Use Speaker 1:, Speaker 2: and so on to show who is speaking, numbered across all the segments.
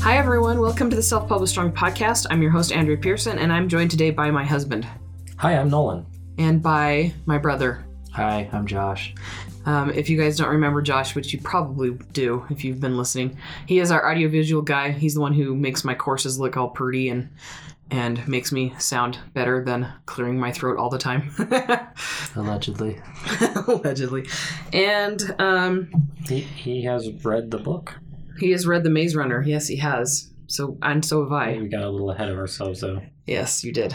Speaker 1: Hi, everyone. Welcome to the Self Published Strong podcast. I'm your host, Andrew Pearson, and I'm joined today by my husband
Speaker 2: Hi, I'm Nolan.
Speaker 1: and by my brother.
Speaker 2: Hi, I'm Josh.
Speaker 1: Um, if you guys don't remember Josh, which you probably do if you've been listening, he is our audiovisual guy. He's the one who makes my courses look all pretty and and makes me sound better than clearing my throat all the time,
Speaker 2: Allegedly,
Speaker 1: allegedly. And um,
Speaker 2: he, he has read the book.
Speaker 1: he has read The Maze Runner. Yes, he has. So and so have I.
Speaker 2: We got a little ahead of ourselves, though.
Speaker 1: Yes, you did.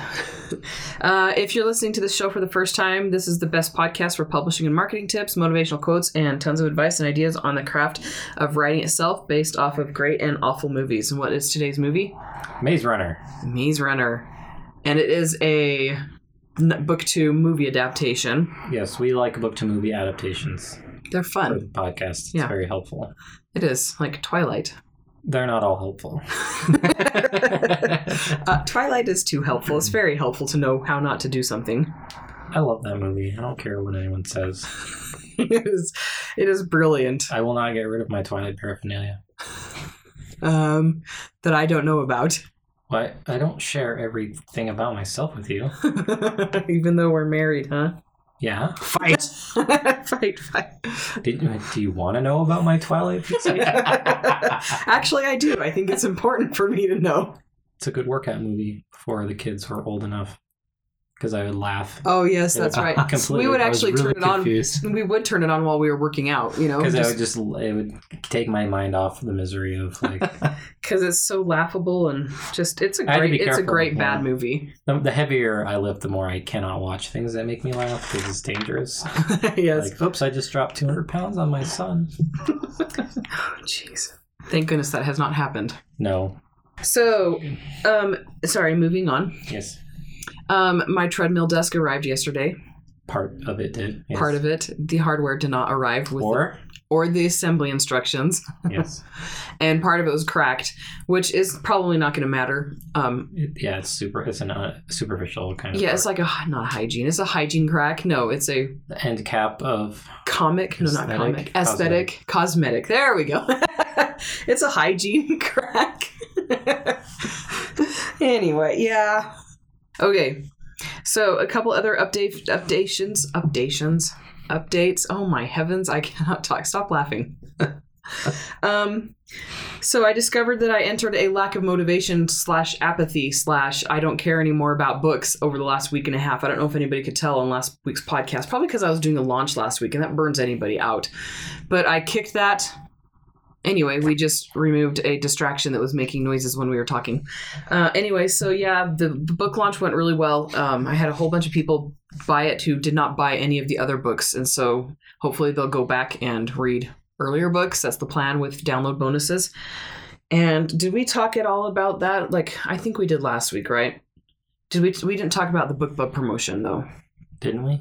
Speaker 1: uh, if you're listening to this show for the first time, this is the best podcast for publishing and marketing tips, motivational quotes, and tons of advice and ideas on the craft of writing itself based off of great and awful movies. And what is today's movie?
Speaker 2: Maze Runner.
Speaker 1: The Maze Runner. And it is a n- book to movie adaptation.
Speaker 2: Yes, we like book to movie adaptations
Speaker 1: They're
Speaker 2: for
Speaker 1: fun.
Speaker 2: the podcast. It's
Speaker 1: Yeah.
Speaker 2: very helpful.
Speaker 1: It is like Twilight.
Speaker 2: They're not all helpful.
Speaker 1: Uh, Twilight is too helpful. It's very helpful to know how not to do something.
Speaker 2: I love that movie. I don't care what anyone says.
Speaker 1: it is, it is brilliant.
Speaker 2: I will not get rid of my Twilight paraphernalia.
Speaker 1: um, that I don't know about,
Speaker 2: Why? I don't share everything about myself with you.
Speaker 1: even though we're married, huh?
Speaker 2: Yeah. Fight.
Speaker 1: fight, fight.
Speaker 2: Did, do you want to know about my Twilight fixation?
Speaker 1: Actually, I do. I think it's important for me to know.
Speaker 2: It's a good workout movie before the kids were old enough because I would laugh.
Speaker 1: Oh, yes, that's right.
Speaker 2: Completely.
Speaker 1: We would
Speaker 2: I was
Speaker 1: actually
Speaker 2: really
Speaker 1: turn it on.
Speaker 2: confused.
Speaker 1: We would turn it on while we were working out, you know,
Speaker 2: Because I
Speaker 1: because
Speaker 2: would just, it would take my mind off the misery of like
Speaker 1: it's so laughable and just it's a
Speaker 2: I had to
Speaker 1: great
Speaker 2: be
Speaker 1: it's a
Speaker 2: careful,
Speaker 1: great
Speaker 2: yeah.
Speaker 1: bad movie.
Speaker 2: the, the heavier I lift, the more I cannot watch things that make me laugh because it's dangerous.
Speaker 1: yes.
Speaker 2: Like, oops, I just dropped 200 pounds on my son.
Speaker 1: Oh, jeez. Thank goodness that has not happened.
Speaker 2: No,
Speaker 1: So, um, sorry. Moving on.
Speaker 2: yes,
Speaker 1: Um, my treadmill desk arrived yesterday.
Speaker 2: part of it did. Yes.
Speaker 1: part of it. The hardware did not arrive with or,
Speaker 2: Or,
Speaker 1: the assembly instructions,
Speaker 2: yes,
Speaker 1: and part of it was cracked, which is probably not going to matter. Um,
Speaker 2: It- yeah, it's super. It's an uh, superficial kind of.
Speaker 1: yeah, it's like a not hygiene. It's a hygiene crack. No, it's a
Speaker 2: the end cap of
Speaker 1: comic. No, not
Speaker 2: Aesthetic,
Speaker 1: comic. Aesthetic, cosmetic. There we go. it's a hygiene crack. anyway, yeah. Okay, so a couple other update updations, updations, updates. Oh my heavens, I cannot talk. Stop laughing. um, so I discovered that I entered a lack of motivation slash apathy slash I don't care anymore about books over the last week and a half. I don't know if anybody could tell on last week's podcast, probably because I was doing a launch last week and that burns anybody out. But I kicked that. Anyway, we just removed a distraction that was making noises when we were talking. Uh, anyway, so yeah, the, the book launch went really well. Um, I had a whole bunch of people buy it who did not buy any of the other books, and so hopefully they'll go back and read earlier books. That's the plan with download bonuses. And did we talk at all about that? Like I think we did last week, right? Did we? We didn't talk about the book bub promotion though.
Speaker 2: didn't we?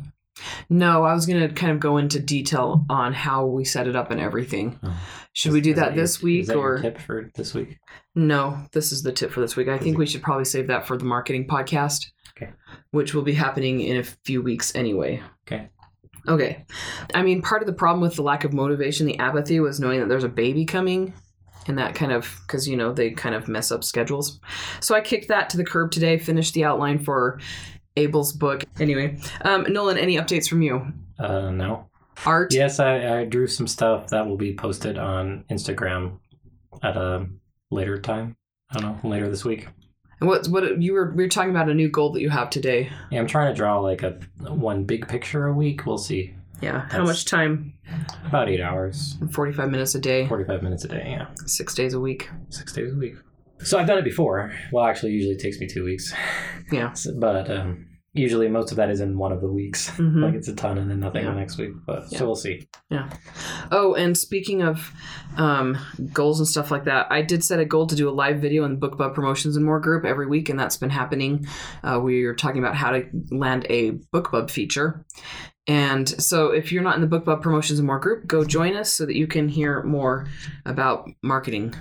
Speaker 1: No, I was gonna kind of go into detail on how we set it up and everything.
Speaker 2: Oh.
Speaker 1: Should
Speaker 2: Is-
Speaker 1: we do
Speaker 2: is
Speaker 1: that,
Speaker 2: your-
Speaker 1: this
Speaker 2: is
Speaker 1: week
Speaker 2: that your
Speaker 1: or
Speaker 2: tip for this week?
Speaker 1: no? This is the tip for this week. I think we should probably save that for the marketing podcast,
Speaker 2: Okay.
Speaker 1: which will be happening in a few weeks anyway.
Speaker 2: Okay.
Speaker 1: Okay. I mean, part of the problem with the lack of motivation, the apathy, was knowing that there's a baby coming. And that kind of, because, you know, they kind of mess up schedules. So I kicked that to the curb today, finished the outline for Abel's book. Anyway, um, Nolan, any updates from you?
Speaker 2: Uh, no.
Speaker 1: Art?
Speaker 2: Yes, I, I drew some stuff that will be posted on Instagram at a later time. I don't know, later this week.
Speaker 1: And what what you were we were talking about a new goal that you have today.
Speaker 2: Yeah, I'm trying to draw like a one big picture a week. We'll see.
Speaker 1: Yeah. How
Speaker 2: That's-
Speaker 1: much time?
Speaker 2: About eight hours,
Speaker 1: 45 minutes a day,
Speaker 2: 45 minutes a day. Yeah,
Speaker 1: 6 days a week.
Speaker 2: six days a week. So I've done it before. Well, actually, usually it takes me two weeks.
Speaker 1: Yeah.
Speaker 2: So- but um, usually most of that is in one of the weeks.
Speaker 1: Mhm.
Speaker 2: Like it's a ton and then nothing
Speaker 1: Yeah.
Speaker 2: the next week. But
Speaker 1: Yeah.
Speaker 2: so we'll see.
Speaker 1: Oh, and speaking of um, goals and stuff like that, I did set a goal to do a live video in the Book Bub Promotions and More group every week, and that's been happening. Uh, we are talking about how to land a Book Bub feature. And so, if you're not in the Book Bub Promotions and More group, go join us so that you can hear more about marketing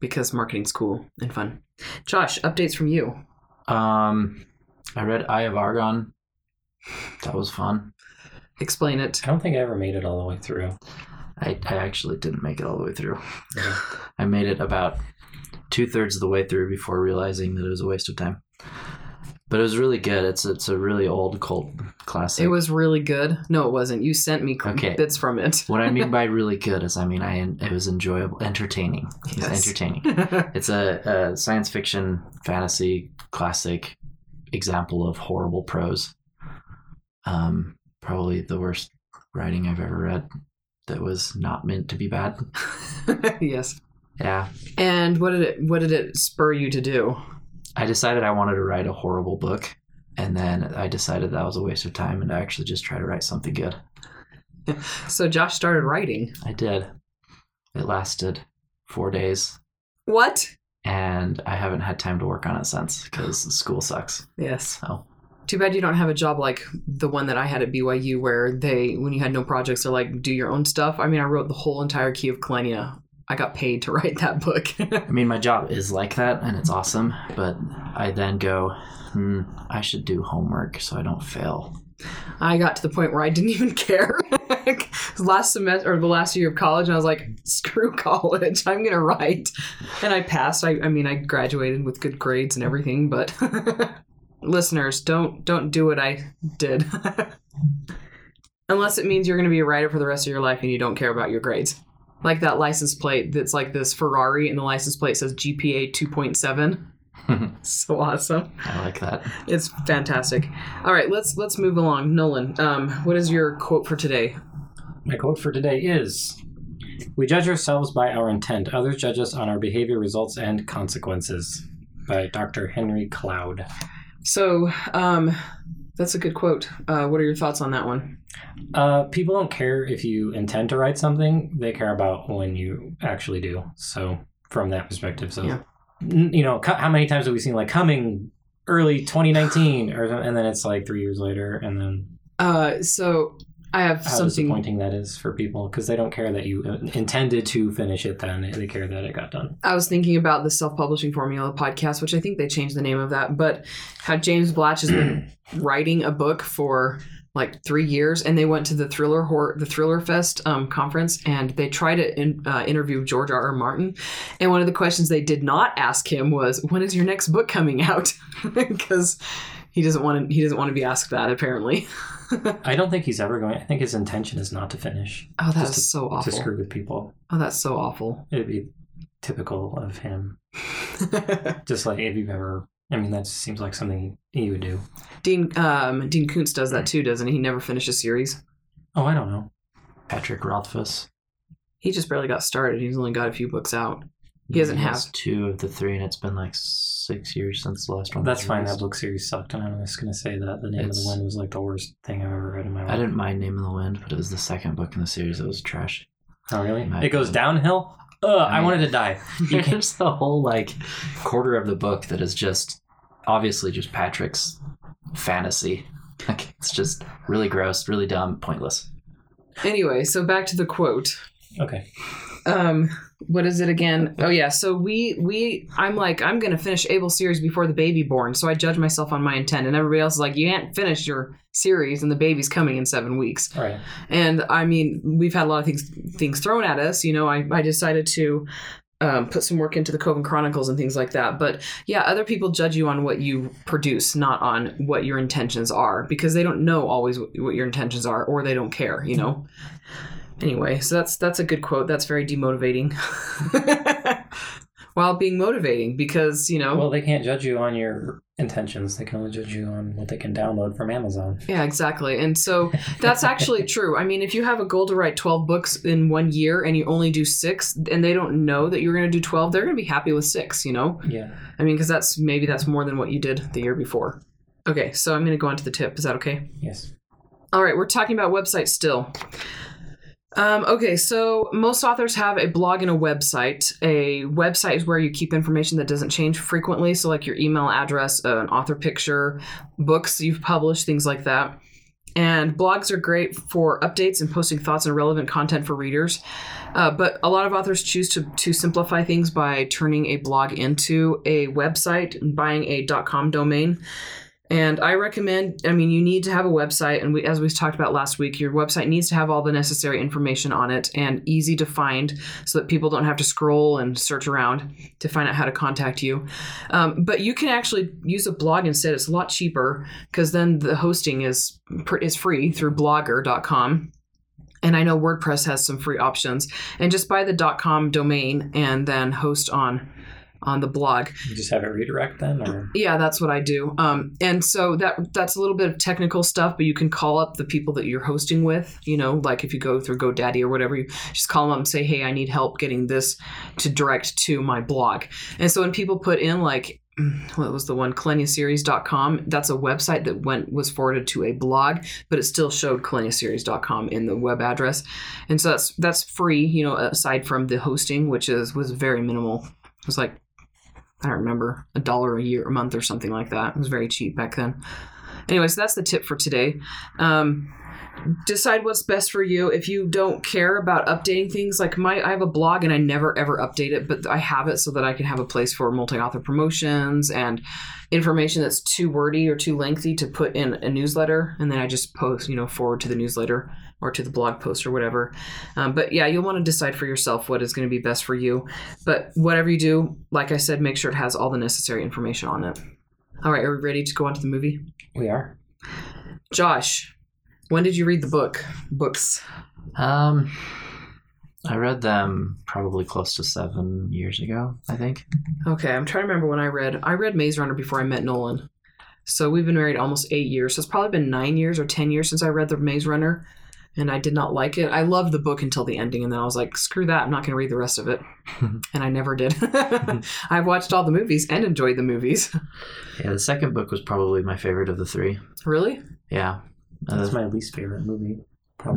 Speaker 1: because marketing's cool and fun. Josh, updates from you.
Speaker 3: Um, I read Eye of Argon. That was fun.
Speaker 1: Explain it.
Speaker 2: I don't think I ever made it all the way through.
Speaker 3: I, I actually didn't make it all the way through.
Speaker 2: Yeah.
Speaker 3: I made it about two thirds of the way through before realizing that it was a waste of time. But it was really good. It's it's a really old cult classic.
Speaker 1: It was really good. No, it wasn't. You sent me
Speaker 3: Okay.
Speaker 1: bits from it.
Speaker 3: what I mean by really good is I mean I it was enjoyable, entertaining. It was
Speaker 1: Yes.
Speaker 3: entertaining. It's a, a science fiction fantasy classic example of horrible prose. Um, probably the worst writing I've ever read that was not meant to be bad.
Speaker 1: yes.
Speaker 3: Yeah.
Speaker 1: And what did it what did it spur you to do?
Speaker 3: I decided I wanted to write a horrible book. And then I decided that was a waste of time and to actually just try to write something good.
Speaker 1: So Josh started writing.
Speaker 3: I did. It lasted four days.
Speaker 1: What?
Speaker 3: And I haven't had time to work on it since because school sucks.
Speaker 1: Yes.
Speaker 3: Oh.
Speaker 1: Too bad you don't have a job like the one that I had at BYU where they when you had no projects they're like do your own stuff. I mean, I wrote the whole entire Key of Kalenia. I got paid to write that book.
Speaker 3: I mean, my job is like that and it's awesome, but I then go, hmm, I should do homework so I don't fail.
Speaker 1: I got to the point where I didn't even care. last semester or the last year of college, and I was like, screw college, I'm gonna write. And I passed. I, I mean, I graduated with good grades and everything, but listeners, don't don't do what I did. Unless it means you're gonna be a writer for the rest of your life and you don't care about your grades. Like that license plate that's like this Ferrari, and the license plate says GPA 2.7. so awesome.
Speaker 3: I like that.
Speaker 1: It's fantastic. All right, let's let's move along. Nolan, um, what is your quote for today?
Speaker 2: My quote for today is We judge ourselves by our intent, others judge us on our behavior, results, and consequences. By Dr. Henry Cloud.
Speaker 1: So, um, that's a good quote. Uh, what are your thoughts on that one?
Speaker 2: Uh, people don't care if you intend to write something, they care about when you actually do. So, from that perspective, so,
Speaker 1: Yeah.
Speaker 2: N- you know, co- how many times have we seen like coming early 2019 or and then it's like three years later and then
Speaker 1: Uh, so I have
Speaker 2: how
Speaker 1: something.
Speaker 2: disappointing that is for people because they don't care that you uh, intended to finish it then they care that it got done
Speaker 1: I was thinking about the self-publishing formula podcast, which I think they changed the name of that, but how James Blatch has been writing a book for like three years, and they went to the thriller horror, the thriller fest um, conference, and they tried to in, uh, interview George R. R. Martin, and one of the questions they did not ask him was, "When is your next book coming out?" Because he doesn't want to. He doesn't want to be asked that. Apparently.
Speaker 2: I don't think he's ever going. I think his intention is not to finish,
Speaker 1: Oh, that's
Speaker 2: Just to-
Speaker 1: so
Speaker 2: to
Speaker 1: awful.
Speaker 2: screw with people.
Speaker 1: Oh, that's so awful.
Speaker 2: It'd be typical of him. Just like if you've ever, I mean, that just seems like something he would do.
Speaker 1: Dean um, Dean Koontz does
Speaker 2: Mm.
Speaker 1: that too, doesn't he? He never finishes series.
Speaker 2: Oh, I don't know.
Speaker 3: Patrick Rothfuss.
Speaker 1: He just barely got started. He's only got a few books out. He doesn't
Speaker 3: has
Speaker 1: have-
Speaker 3: two of the three, and it's been like six years since the last one.
Speaker 2: That's
Speaker 3: was
Speaker 2: fine. That
Speaker 3: released.
Speaker 2: book series sucked, and I was going to say that the name of
Speaker 3: It's-
Speaker 2: the wind was like the worst thing I've ever read in my life.
Speaker 3: I didn't mind Name in the Wind, but it was the second book in the series that was trash.
Speaker 2: Oh, really?
Speaker 3: My
Speaker 2: It goes
Speaker 3: God.
Speaker 2: downhill. Ugh, I,
Speaker 3: mean-
Speaker 2: wanted to die. You can-
Speaker 3: There's the whole like quarter of the book that is just obviously just Patrick's fantasy. Like it's just really gross, really dumb, pointless.
Speaker 1: Anyway, so back to the quote.
Speaker 2: Okay.
Speaker 1: Um, what is it again? Oh yeah, so we we I'm like I'm gonna finish Abel series before the baby born, so I judge myself on my intent, and everybody else is like, you ain't finished your series, and the baby's coming in seven weeks.
Speaker 2: All right.
Speaker 1: And I mean, we've had a lot of things things thrown at us. You know, I, I decided to um, put some work into the Coven Chronicles and things like that. But yeah, other people judge you on what you produce, not on what your intentions are, because they don't know always what what your intentions are, or they don't care. You know. Anyway, so that's that's a good quote. That's very demotivating, while being motivating, because you
Speaker 3: Oh.
Speaker 1: know.
Speaker 2: Well, they can't judge you on your intentions. They can only judge you on what they can download from Amazon.
Speaker 1: Yeah, exactly. And so that's actually true. I mean, if you have a goal to write 12 books in one year and you only do six and they don't know that you're going to do 12, they're going to be happy with six, you know?
Speaker 2: Yeah.
Speaker 1: I mean, because that's maybe that's more than what you did the year before. Okay, so I'm going to go on to the tip. Is that okay?
Speaker 2: Yes.
Speaker 1: All right, we're talking about websites still. Um, okay, so most authors have a blog and a website. A website is where you keep information that doesn't change frequently, so like your email address, uh, an author picture, books you've published, things like that. And blogs are great for updates and posting thoughts and relevant content for readers. Uh, but a lot of authors choose to, to simplify things by turning a blog into a website and buying a .com domain And I recommend, I mean, you need to have a website. And we, as we talked about last week, your website needs to have all the necessary information on it and easy to find so that people don't have to scroll and search around to find out how to contact you. Um, but you can actually use a blog instead. It's a lot cheaper because then the hosting is, pr- is free through blogger.com. And I know WordPress has some free options. And just buy the .com domain and then host on on the blog.
Speaker 2: You just have it redirect then, or
Speaker 1: Yeah, that's what I do. Um, and so that that's a little bit of technical stuff, but you can call up the people that you're hosting with. You know, like if you go through GoDaddy or whatever, you just call them up and say, "Hey, I need help getting this to direct to my blog." And so when people put in like mm, what was the one coleniaseries.com that's a website that went was forwarded to a blog but it still showed coleniaseries.com in the web address and so that's that's free you know aside from the hosting which is was very minimal it was like I don't remember, a dollar a year, a month, or something like that. It was very cheap back then. Anyway, so that's the tip for today. Um, decide what's best for you. If you don't care about updating things, like my, I have a blog and I never ever update it, but I have it so that I can have a place for multi-author promotions and information that's too wordy or too lengthy to put in a newsletter, and then I just post, you know, forward to the newsletter or to the blog post or whatever. Um, but yeah, you'll want to decide for yourself what is going to be best for you. But whatever you do, like I said, make sure it has all the necessary information on it. All right, are we ready to go on to the movie?
Speaker 2: we are.
Speaker 1: Josh, when did you read the book? Books.
Speaker 3: Um, I read them probably close to seven years ago, I think.
Speaker 1: Okay, I'm trying to remember when I read. I read Maze Runner before I met Nolan. So we've been married almost eight years. So it's probably been nine years or 10 years since I read The Maze Runner. And I did not like it. I loved the book until the ending. And then I was like, screw that. I'm not going to read the rest of it. and I never did. I've watched all the movies and enjoyed the movies.
Speaker 3: Yeah, the second book was probably my favorite of the three.
Speaker 1: really?
Speaker 3: Yeah. Uh,
Speaker 2: That's my least favorite movie.
Speaker 3: and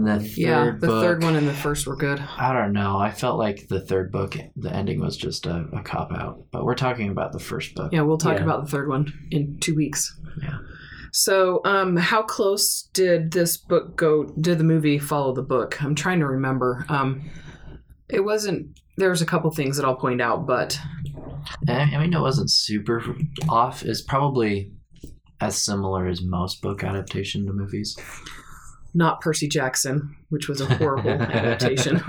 Speaker 3: the
Speaker 2: Probably.
Speaker 3: third
Speaker 1: yeah. The
Speaker 3: book,
Speaker 1: third one and the first were good.
Speaker 3: I don't know. I felt like the third book, the ending was just a, a cop out. But we're talking about the first book.
Speaker 1: Yeah, we'll talk
Speaker 2: Yeah.
Speaker 1: about the third one in two weeks.
Speaker 3: Yeah.
Speaker 1: So, um, how close did this book go? Did the movie follow the book? I'm trying to remember. Um, it wasn't. There was a couple things that I'll point out, but
Speaker 3: Eh, I I mean, it wasn't super off. It's probably as similar as most book adaptation to movies.
Speaker 1: not Percy Jackson, which was a horrible adaptation.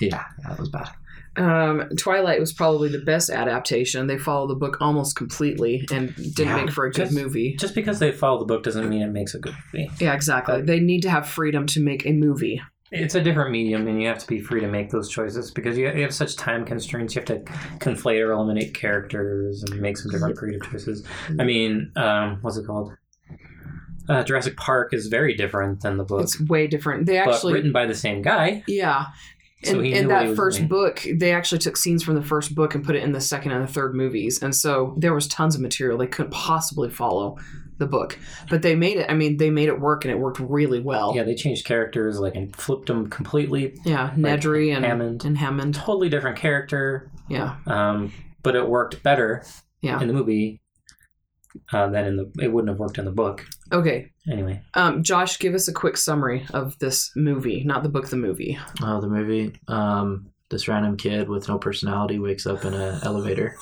Speaker 3: Yeah, that was bad.
Speaker 1: Um, Twilight was probably the best adaptation. They followed the book almost completely and didn't
Speaker 3: Yeah,
Speaker 1: make for a good
Speaker 2: just-
Speaker 1: movie.
Speaker 2: Just because they follow the book doesn't mean it makes a good movie.
Speaker 1: Yeah, exactly.
Speaker 2: Uh,
Speaker 1: they need to have freedom to make a movie.
Speaker 2: It's a different medium, and you have to be free to make those choices because you you have such time constraints. You have to conflate or eliminate characters and make some different creative choices. I mean, um, what's it called? Uh, Jurassic Park is very different than the book,
Speaker 1: It's way different. They
Speaker 2: but
Speaker 1: actually
Speaker 2: written by the same guy.
Speaker 1: Yeah.
Speaker 2: So
Speaker 1: and
Speaker 2: he
Speaker 1: in
Speaker 2: knew what he
Speaker 1: that
Speaker 2: was
Speaker 1: first
Speaker 2: doing.
Speaker 1: book, they actually took scenes from the first book and put it in the second and the third movies. And so there was tons of material they couldn't possibly follow the book. But they made it, I mean, they made it work and it worked really well.
Speaker 2: Yeah, they changed characters like and flipped them completely.
Speaker 1: Yeah,
Speaker 2: Like
Speaker 1: Nedry and
Speaker 2: Hammond.
Speaker 1: And Hammond.
Speaker 2: Totally different character,
Speaker 1: Yeah.
Speaker 2: um, but it worked better
Speaker 1: Yeah.
Speaker 2: in the movie uh, than in the. It wouldn't have worked in the book
Speaker 1: Okay.
Speaker 2: anyway.
Speaker 1: Um, Josh, give us a quick summary of this movie, not the book, the movie.
Speaker 3: Oh, the movie. Um, this random kid with no personality wakes up in an elevator.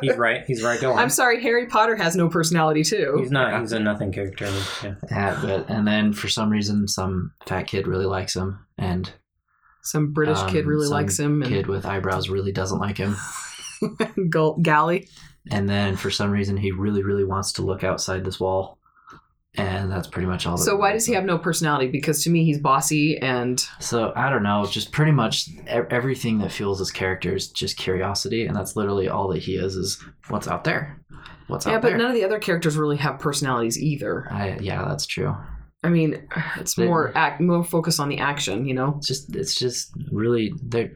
Speaker 2: He's right. He's right going.
Speaker 1: I'm sorry, Harry Potter has no personality, too.
Speaker 2: He's not. He's a nothing character. Yeah.
Speaker 3: Yeah, but, and then for some reason, some fat kid really likes him, and
Speaker 1: Some British
Speaker 3: Um,
Speaker 1: kid really
Speaker 3: some
Speaker 1: likes him,
Speaker 3: kid with eyebrows really doesn't like him.
Speaker 1: and Gull- Galley.
Speaker 3: And then for some reason, he really, really wants to look outside this wall, and that's pretty much all. that
Speaker 1: So why does he have no personality? Because to me, he's bossy and
Speaker 3: So I don't know. Just pretty much e- everything that fuels his character is just curiosity, and that's literally all that he is: is what's out there, what's
Speaker 1: yeah,
Speaker 3: out
Speaker 1: but
Speaker 3: there.
Speaker 1: none of the other characters really have personalities either.
Speaker 3: I, yeah, that's true.
Speaker 1: I mean, it's
Speaker 3: They-
Speaker 1: more act, more focus on the action, you know.
Speaker 3: It's just it's just really they're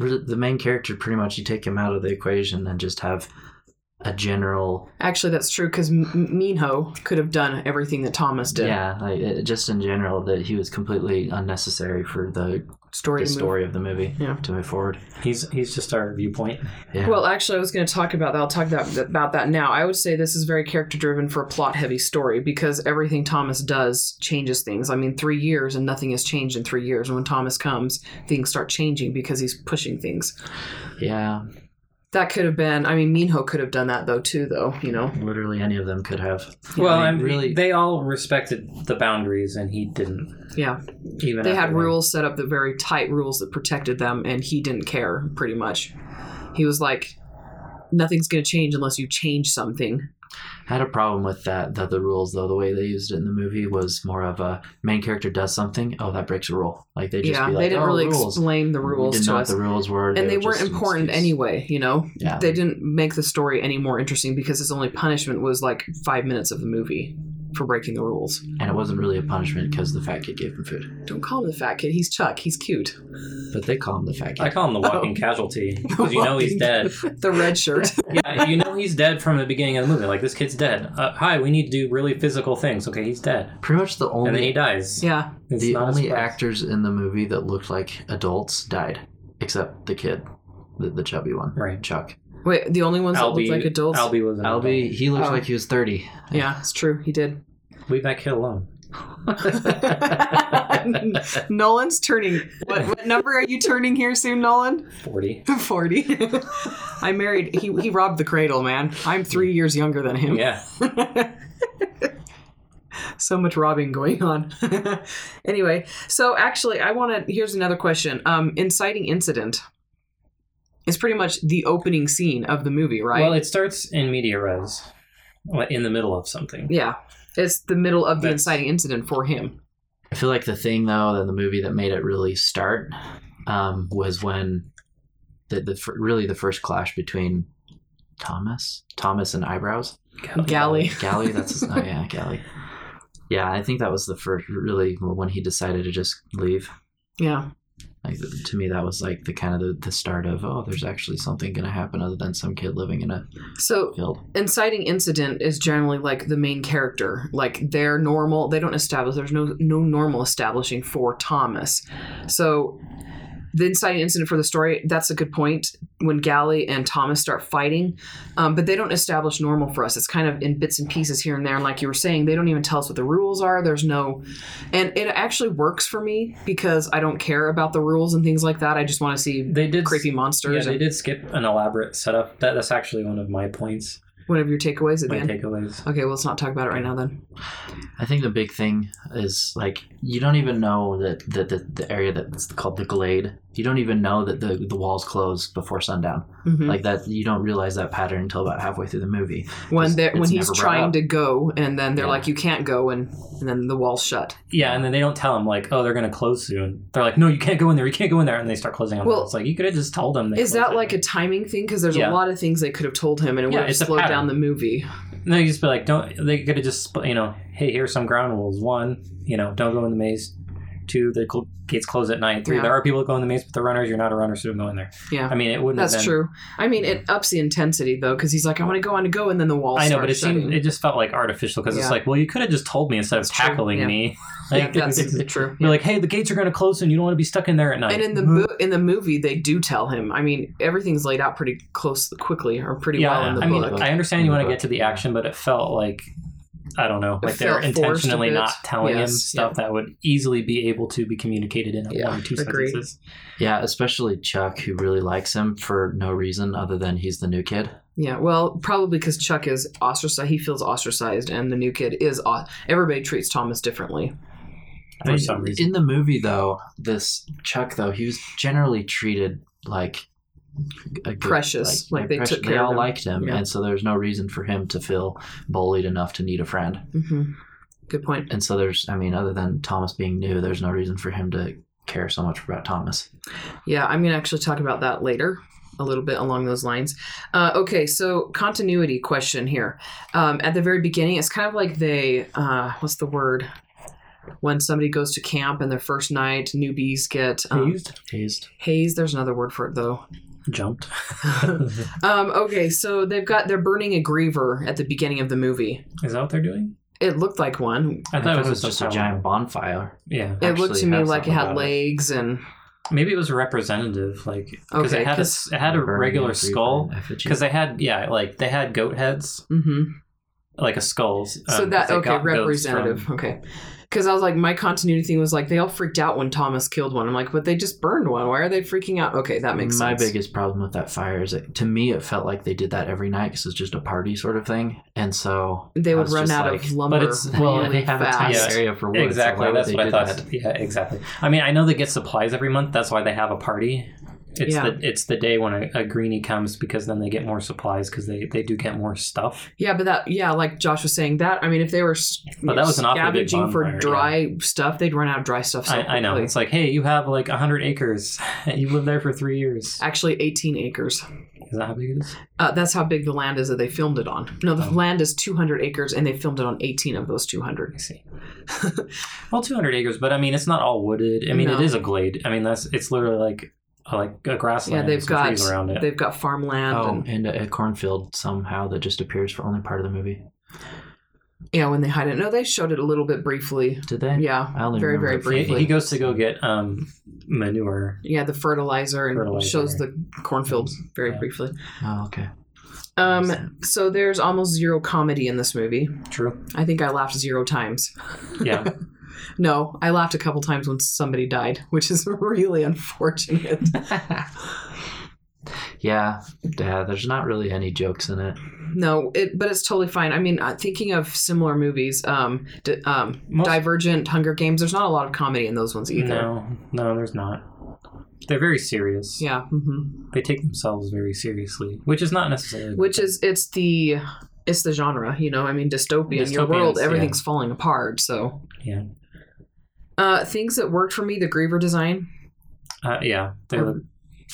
Speaker 3: really- the main character. Pretty much, you take him out of the equation and just have a general.
Speaker 1: Actually, that's true because M- M- Minho could have done everything that Thomas did.
Speaker 3: Yeah, like it, just in general that he was completely unnecessary for the,
Speaker 1: story.
Speaker 3: the
Speaker 1: to move.
Speaker 3: story of the movie
Speaker 1: Yeah.
Speaker 3: to move forward.
Speaker 2: He's he's just our viewpoint.
Speaker 3: Yeah.
Speaker 1: Well, actually, I was going to talk about that. I'll talk that, about that now. I would say this is very character driven for a plot heavy story because everything Thomas does changes things. I mean, three years and nothing has changed in three years. And when Thomas comes, things start changing because he's pushing things.
Speaker 3: yeah.
Speaker 1: That could have been. I mean, Minho could have done that though too, though. You know.
Speaker 3: Literally, any of them could have.
Speaker 2: well,
Speaker 3: I
Speaker 2: I
Speaker 3: mean, really-
Speaker 2: really, they all respected the boundaries, and he didn't.
Speaker 1: Yeah.
Speaker 2: Even
Speaker 1: They had
Speaker 2: after that.
Speaker 1: rules set up, the very tight rules that protected them, and he didn't care. Pretty much, he was like, "Nothing's going to change unless you change something."
Speaker 3: I had a problem with that. That the rules, though, the way they used it in the movie was more of a main character does something. Oh, that breaks a rule. Like they just
Speaker 1: yeah,
Speaker 3: be like,
Speaker 1: they didn't
Speaker 3: oh,
Speaker 1: really
Speaker 3: rules.
Speaker 1: explain the
Speaker 3: We
Speaker 1: rules
Speaker 3: didn't
Speaker 1: to
Speaker 3: know
Speaker 1: us,
Speaker 3: What the rules were,
Speaker 1: and they
Speaker 3: were
Speaker 1: weren't
Speaker 3: just an
Speaker 1: important
Speaker 3: excuse.
Speaker 1: anyway. You know,
Speaker 3: Yeah,
Speaker 1: they didn't make the story any more interesting because his only punishment was like five minutes of the movie for breaking the rules.
Speaker 3: and it wasn't really a punishment because the fat kid gave him food.
Speaker 1: Don't call him the fat kid. He's Chuck. He's cute.
Speaker 3: But they call him the fat kid.
Speaker 2: I call him the walking casualty because you know he's
Speaker 1: Oh. Walking-
Speaker 2: dead.
Speaker 1: The red shirt.
Speaker 2: yeah, you know he's dead from the beginning of the movie. Like this kid's dead. Uh, hi, we need to do really physical things. Okay, he's dead,
Speaker 3: Pretty much the
Speaker 2: and then he
Speaker 3: only
Speaker 2: dies.
Speaker 1: yeah.
Speaker 2: It's
Speaker 3: the
Speaker 2: not a
Speaker 3: only
Speaker 2: surprise.
Speaker 3: actors in the movie that looked like adults died, except the kid, the, the chubby one,
Speaker 2: Right.
Speaker 3: Chuck.
Speaker 1: Wait, the only ones that looked
Speaker 2: Albie,
Speaker 1: like adults.
Speaker 2: Albie was an
Speaker 3: Albie, he looks
Speaker 1: Oh.
Speaker 3: like he was thirty.
Speaker 1: Yeah, it's true. He did.
Speaker 2: adult. Leave that kid alone.
Speaker 1: Nolan's turning. What, what number are you turning here soon, Nolan?
Speaker 2: Forty.
Speaker 1: 40. I married. He, he robbed the cradle, man. I'm three years younger than him.
Speaker 2: Yeah.
Speaker 1: so much robbing going on. anyway, so actually, I want to. Here's another question. Um, inciting incident is pretty much the opening scene of the movie, right?
Speaker 2: Well, it starts in media res, like, in the middle of something.
Speaker 1: yeah, it's the middle of the
Speaker 2: That's-
Speaker 1: inciting incident for him.
Speaker 3: I feel like the thing though in the movie that made it really start um, was when the, the fir- really the first clash between Thomas, Thomas and eyebrows,
Speaker 1: Galley.
Speaker 3: Galley. That's his, oh yeah, Galley. Yeah, I think that was the first really when he decided to just leave.
Speaker 1: Yeah,
Speaker 3: Like th- to me, that was like the kind of the, the start of oh, there's actually something going to happen other than some kid living in a
Speaker 1: so
Speaker 3: field.
Speaker 1: inciting incident is generally like the main character like they're normal they don't establish there's no no normal establishing for thomas so the inciting incident for the story that's a good point when galley and thomas start fighting um, but they don't establish normal for us it's kind of in bits and pieces here and there and like you were saying they don't even tell us what the rules are there's no and it actually works for me because i don't care about the rules and things like that i just want to see
Speaker 2: They did.
Speaker 1: creepy
Speaker 2: Yeah,
Speaker 1: monsters
Speaker 2: they
Speaker 1: and
Speaker 2: did skip an elaborate setup. That, that's actually one of my points,
Speaker 1: one of your takeaways at the
Speaker 2: my
Speaker 1: end
Speaker 2: takeaways.
Speaker 1: okay well let's not talk about it right now then
Speaker 3: I think the big thing is like you don't even know that that the, the area that's called the glade. You don't even know that the the walls close before sundown.
Speaker 1: Mhm.
Speaker 3: Like that, you don't realize that pattern until about halfway through the movie.
Speaker 1: when
Speaker 3: It's-
Speaker 1: they
Speaker 3: it's
Speaker 1: when he's
Speaker 3: never brought
Speaker 1: trying
Speaker 3: up.
Speaker 1: to go and then they're
Speaker 3: Yeah.
Speaker 1: like you can't go and, and then the wall's shut
Speaker 2: Yeah, and then they don't tell him like, oh, they're gonna close soon. They're like, no, you can't go in there. You can't go in there, and they start closing. On
Speaker 1: Well,
Speaker 2: well, it's like you could have just told them. They
Speaker 1: is
Speaker 2: closed
Speaker 1: that
Speaker 2: it.
Speaker 1: like a timing thing because there's
Speaker 2: Yeah.
Speaker 1: a lot of things they could have told him and it
Speaker 2: Yeah,
Speaker 1: would have
Speaker 2: it's a
Speaker 1: slowed
Speaker 2: pattern.
Speaker 1: down the movie
Speaker 2: No, you just be like, don't. They could have just, you know, hey, here's some ground rules. One, you know, don't go in the maze. Two, the cl- gates close at night. Three,
Speaker 1: Yeah.
Speaker 2: there are people that go in the maze, but they're runners. You're not a runner, so don't go in there.
Speaker 1: Yeah.
Speaker 2: I mean, it wouldn't.
Speaker 1: that's
Speaker 2: have been,
Speaker 1: true i mean it ups the intensity though because he's like i want to go on to go and then the wall
Speaker 2: I know,
Speaker 1: starts
Speaker 2: but it seemed
Speaker 1: shutting.
Speaker 2: it just felt like artificial because
Speaker 1: Yeah.
Speaker 2: it's like, well, you could have just told me instead of
Speaker 1: That's true,
Speaker 2: tackling
Speaker 1: yeah.
Speaker 2: me.
Speaker 1: yeah,
Speaker 2: like,
Speaker 1: that's
Speaker 2: you're
Speaker 1: true
Speaker 2: like, Mm-hmm. hey, the gates are going to close, and you don't want to be stuck in there at night.
Speaker 1: and in the mo- in the movie they do tell him i mean everything's laid out pretty close quickly or pretty
Speaker 2: yeah,
Speaker 1: well in the
Speaker 2: I mean,
Speaker 1: book
Speaker 2: I understand
Speaker 3: In
Speaker 2: you
Speaker 3: the
Speaker 2: want to
Speaker 3: book,
Speaker 2: get to the
Speaker 3: yeah.
Speaker 2: action, but it felt like. I don't know.
Speaker 1: It
Speaker 2: Like they're
Speaker 1: felt forced a
Speaker 2: intentionally
Speaker 1: bit.
Speaker 2: not telling him
Speaker 1: Yes,
Speaker 2: stuff that would easily be able to be communicated in
Speaker 1: Yeah,
Speaker 2: one or two
Speaker 1: agree.
Speaker 2: sentences.
Speaker 3: Yeah, especially Chuck, who really likes him for no reason other than he's the new kid.
Speaker 1: yeah well probably because chuck is ostracized he feels ostracized and the new kid is au- everybody treats thomas differently
Speaker 2: For some reason.
Speaker 3: in the movie though, this Chuck though, he was generally treated like a good-
Speaker 1: Precious, like they took
Speaker 3: They
Speaker 1: care of
Speaker 3: all
Speaker 1: him.
Speaker 3: liked him,
Speaker 1: Yeah.
Speaker 3: and so there's no reason for him to feel bullied enough to need a friend.
Speaker 1: hmm good point
Speaker 3: And so there's, I mean, other than Thomas being new, there's no reason for him to care so much about Thomas.
Speaker 1: Yeah, I'm going to actually talk about that later, a little bit along those lines. Uh, okay, so continuity question here. Um, at the very beginning, it's kind of like they, uh, what's the word? When somebody goes to camp and their first night, newbies get um,
Speaker 2: Used?
Speaker 3: Hazed.
Speaker 1: hazed. There's another word for it though.
Speaker 2: Jumped.
Speaker 1: Um, okay, so they've got they're burning a griever at the beginning of the movie.
Speaker 2: Is that what they're doing?
Speaker 1: It looked like one.
Speaker 3: I thought it was just a giant bonfire.
Speaker 2: Yeah,
Speaker 1: It
Speaker 3: Actually
Speaker 1: looked to me
Speaker 3: have
Speaker 1: like it
Speaker 3: something
Speaker 1: had
Speaker 3: about it.
Speaker 1: legs and
Speaker 2: maybe it was a representative, like because
Speaker 1: Okay,
Speaker 2: it had a
Speaker 1: 'cause-
Speaker 2: it had a
Speaker 3: Burning
Speaker 2: regular
Speaker 3: effigy.
Speaker 2: skull
Speaker 3: Effigy.
Speaker 2: because they had yeah like they had goat heads
Speaker 1: hmm
Speaker 2: like a skulls. um,
Speaker 1: so
Speaker 2: 'cause
Speaker 1: that
Speaker 2: um, they
Speaker 1: okay
Speaker 2: got goats
Speaker 1: representative.
Speaker 2: from-
Speaker 1: Okay, Because I was like, my continuity thing was like, they all freaked out when Thomas killed one. I'm like, but they just burned one. Why are they freaking out? Okay, that makes
Speaker 3: My
Speaker 1: sense.
Speaker 3: biggest problem with that fire is it, to me, it felt like they did that every night because it's just a party sort of thing. And so
Speaker 1: they
Speaker 3: I
Speaker 1: would
Speaker 3: was
Speaker 1: run
Speaker 3: just
Speaker 1: out
Speaker 3: like-
Speaker 1: of lumber.
Speaker 3: But it's well,
Speaker 1: really
Speaker 3: they have
Speaker 1: fast.
Speaker 3: a
Speaker 2: Yeah.
Speaker 3: tiny area for wood. so why
Speaker 2: exactly.
Speaker 3: would
Speaker 2: That's
Speaker 3: they
Speaker 2: what I
Speaker 3: do
Speaker 2: thought.
Speaker 3: that?
Speaker 2: Yeah, exactly. I mean, I know they get supplies every month. That's why they have a party. It's
Speaker 1: Yeah.
Speaker 2: the it's the day when a, a greenie comes because then they get more supplies because they, they do get more stuff.
Speaker 1: Yeah, but that yeah, like Josh was saying that. I mean, if they were s-
Speaker 2: But that was an awfully big
Speaker 1: scavenging for
Speaker 2: bonfire,
Speaker 1: dry stuff, they'd run out of dry stuff. So
Speaker 2: I, I know.
Speaker 1: quickly.
Speaker 2: It's like, hey, you have like hundred acres. you lived there for three years.
Speaker 1: Actually, 18 acres.
Speaker 2: Is that how big it is?
Speaker 1: Uh, that's how big the land is that they filmed it on. No, the
Speaker 2: Oh.
Speaker 1: land is 200 acres, and they filmed it on 18 of those
Speaker 2: I
Speaker 1: 200.
Speaker 2: see. well, 200 acres, but I mean, it's not all wooded. I mean,
Speaker 1: No.
Speaker 2: it is a glade. I mean, that's it's literally like a, like a grassland.
Speaker 1: Yeah,
Speaker 2: with
Speaker 1: they've
Speaker 2: some
Speaker 1: got-
Speaker 2: trees around it.
Speaker 1: They've got farmland.
Speaker 3: Oh,
Speaker 1: and,
Speaker 3: and a, a cornfield somehow that just appears for only part of the movie.
Speaker 1: yeah, when they hide it. No, they showed it a little bit briefly.
Speaker 3: Did they?
Speaker 1: Yeah,
Speaker 3: I only
Speaker 1: very,
Speaker 3: remember
Speaker 1: very
Speaker 3: it
Speaker 2: He-
Speaker 1: briefly.
Speaker 2: he, goes to go get um manure.
Speaker 1: yeah, the fertilizer and
Speaker 2: Fertilizer.
Speaker 1: shows the cornfield very
Speaker 2: Yeah.
Speaker 1: briefly.
Speaker 3: Oh, okay.
Speaker 1: Um, so there's almost zero comedy in this movie.
Speaker 2: True.
Speaker 1: I think I laughed zero times.
Speaker 2: Yeah.
Speaker 1: No, I laughed a couple times when somebody died, which is really unfortunate.
Speaker 3: yeah, yeah. There's not really any jokes in it.
Speaker 1: no, it, but it's totally fine. I mean, uh, thinking of similar movies, um, d- um,
Speaker 2: Most-
Speaker 1: Divergent, Hunger Games. There's not a lot of comedy in those ones either.
Speaker 2: no, no, there's not. They're very serious.
Speaker 1: Yeah, hmm
Speaker 2: They take themselves very seriously, which is not necessarily.
Speaker 1: which is it's the it's the genre, you know. I mean, dystopian. Your
Speaker 2: Dystopians,
Speaker 1: world,
Speaker 2: yeah.
Speaker 1: everything's falling apart. So
Speaker 2: Yeah.
Speaker 1: Uh, things that worked for me, the Griever design,
Speaker 2: Uh, yeah,
Speaker 1: Oh.
Speaker 2: they're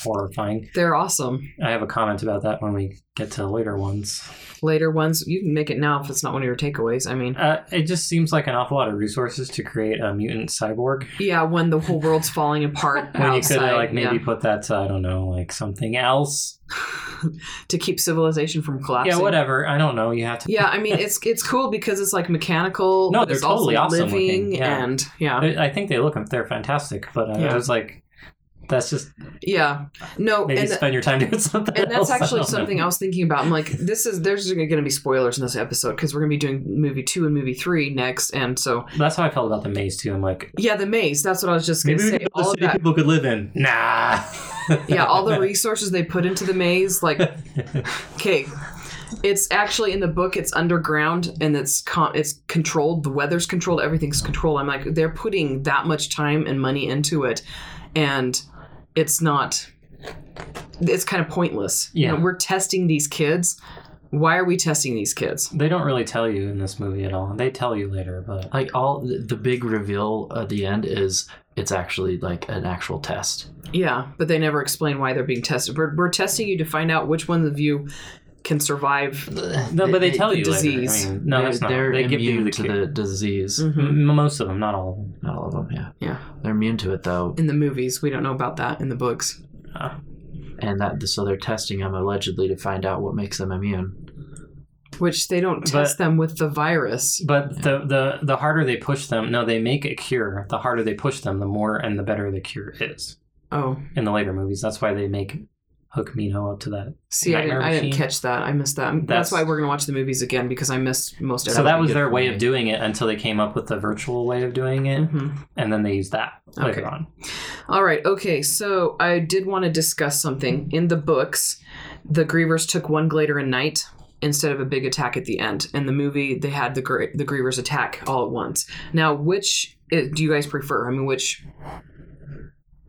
Speaker 2: horrifying.
Speaker 1: they're awesome.
Speaker 2: I have a comment about that when we get to later ones.
Speaker 1: Later ones, you can make it now if it's not one of your takeaways. I mean,
Speaker 2: Uh, it just seems like an awful lot of resources to create a mutant cyborg.
Speaker 1: Yeah, when the whole world's falling apart
Speaker 2: When you
Speaker 1: outside,
Speaker 2: could have, like maybe
Speaker 1: yeah,
Speaker 2: put that to I don't know like something else.
Speaker 1: to keep civilization from collapsing.
Speaker 2: Yeah, whatever. I don't know. You have to.
Speaker 1: Yeah, I mean it's it's cool because it's like mechanical.
Speaker 2: No,
Speaker 1: but
Speaker 2: they're
Speaker 1: it's also
Speaker 2: totally awesome
Speaker 1: living
Speaker 2: looking, yeah.
Speaker 1: and yeah,
Speaker 2: I I think they look they're fantastic, but I,
Speaker 1: Yeah.
Speaker 2: I was like, that's just
Speaker 1: yeah. No,
Speaker 2: maybe
Speaker 1: and
Speaker 2: spend your time doing something.
Speaker 1: and that's
Speaker 2: else. I
Speaker 1: actually
Speaker 2: don't know.
Speaker 1: something I was thinking about. I'm like, this is there's going to be spoilers in this episode because we're going to be doing movie two and movie three next, and so
Speaker 2: That's how I felt about the maze too. I'm like,
Speaker 1: yeah, the maze. That's what I was just going
Speaker 2: maybe
Speaker 1: to say.
Speaker 2: we could build a
Speaker 1: All of
Speaker 2: city
Speaker 1: that.
Speaker 2: people could live in. Nah.
Speaker 1: Yeah, all the resources they put into the maze, like Okay, it's actually in the book. It's underground and it's con- it's controlled. The weather's controlled. Everything's controlled. I'm like, they're putting that much time and money into it, and it's not. It's kind of pointless. You know,
Speaker 2: Yeah.
Speaker 1: we're testing these kids. Why are we testing these kids?
Speaker 2: they don't really tell you in this movie at all. They tell you later, but
Speaker 3: Like all the the big reveal at the end is it's actually like an actual test.
Speaker 1: Yeah, but they never explain why they're being tested. We're, we're testing you to find out which one of you can survive.
Speaker 2: no, but they tell
Speaker 1: the
Speaker 2: you
Speaker 1: disease.
Speaker 2: later. I mean, no,
Speaker 3: they're,
Speaker 2: that's not.
Speaker 3: They're
Speaker 2: They give you
Speaker 3: immune
Speaker 2: the, Mm.
Speaker 3: to
Speaker 2: cure.
Speaker 3: the disease.
Speaker 1: Mhm.
Speaker 2: M- Most of them, not all of them.
Speaker 3: Not all of them. Yeah.
Speaker 1: Yeah.
Speaker 3: They're immune to it though,
Speaker 1: In the movies, we don't know about that in the books.
Speaker 2: Ah.
Speaker 3: and that so they're testing them allegedly to find out what makes them immune.
Speaker 1: Which they don't
Speaker 2: But-
Speaker 1: test them with the virus.
Speaker 2: But the, the the harder they push them, no, they make a cure. The harder they push them, the more and the better the cure is.
Speaker 1: Oh,
Speaker 2: in the later movies. That's why they make Hook Me No up to that.
Speaker 1: See, I didn't,
Speaker 2: Nightmare
Speaker 1: I didn't
Speaker 2: Machine.
Speaker 1: catch that. I missed that. That's,
Speaker 2: That's-
Speaker 1: why we're gonna watch the movies again because I missed most of
Speaker 2: So
Speaker 1: it.
Speaker 2: that was
Speaker 3: good
Speaker 2: their
Speaker 3: for
Speaker 2: way
Speaker 3: me.
Speaker 2: of doing it until they came up with the virtual way of doing it,
Speaker 1: Mhm.
Speaker 2: and then they used that
Speaker 1: Okay.
Speaker 2: later on.
Speaker 1: All right. Okay. So I did want to discuss something in the books. The Grievers took one Glader a night instead of a big attack at the end. In the movie, they had the Gr- the Grievers attack all at once. Now, which eh, do you guys prefer? I mean, which?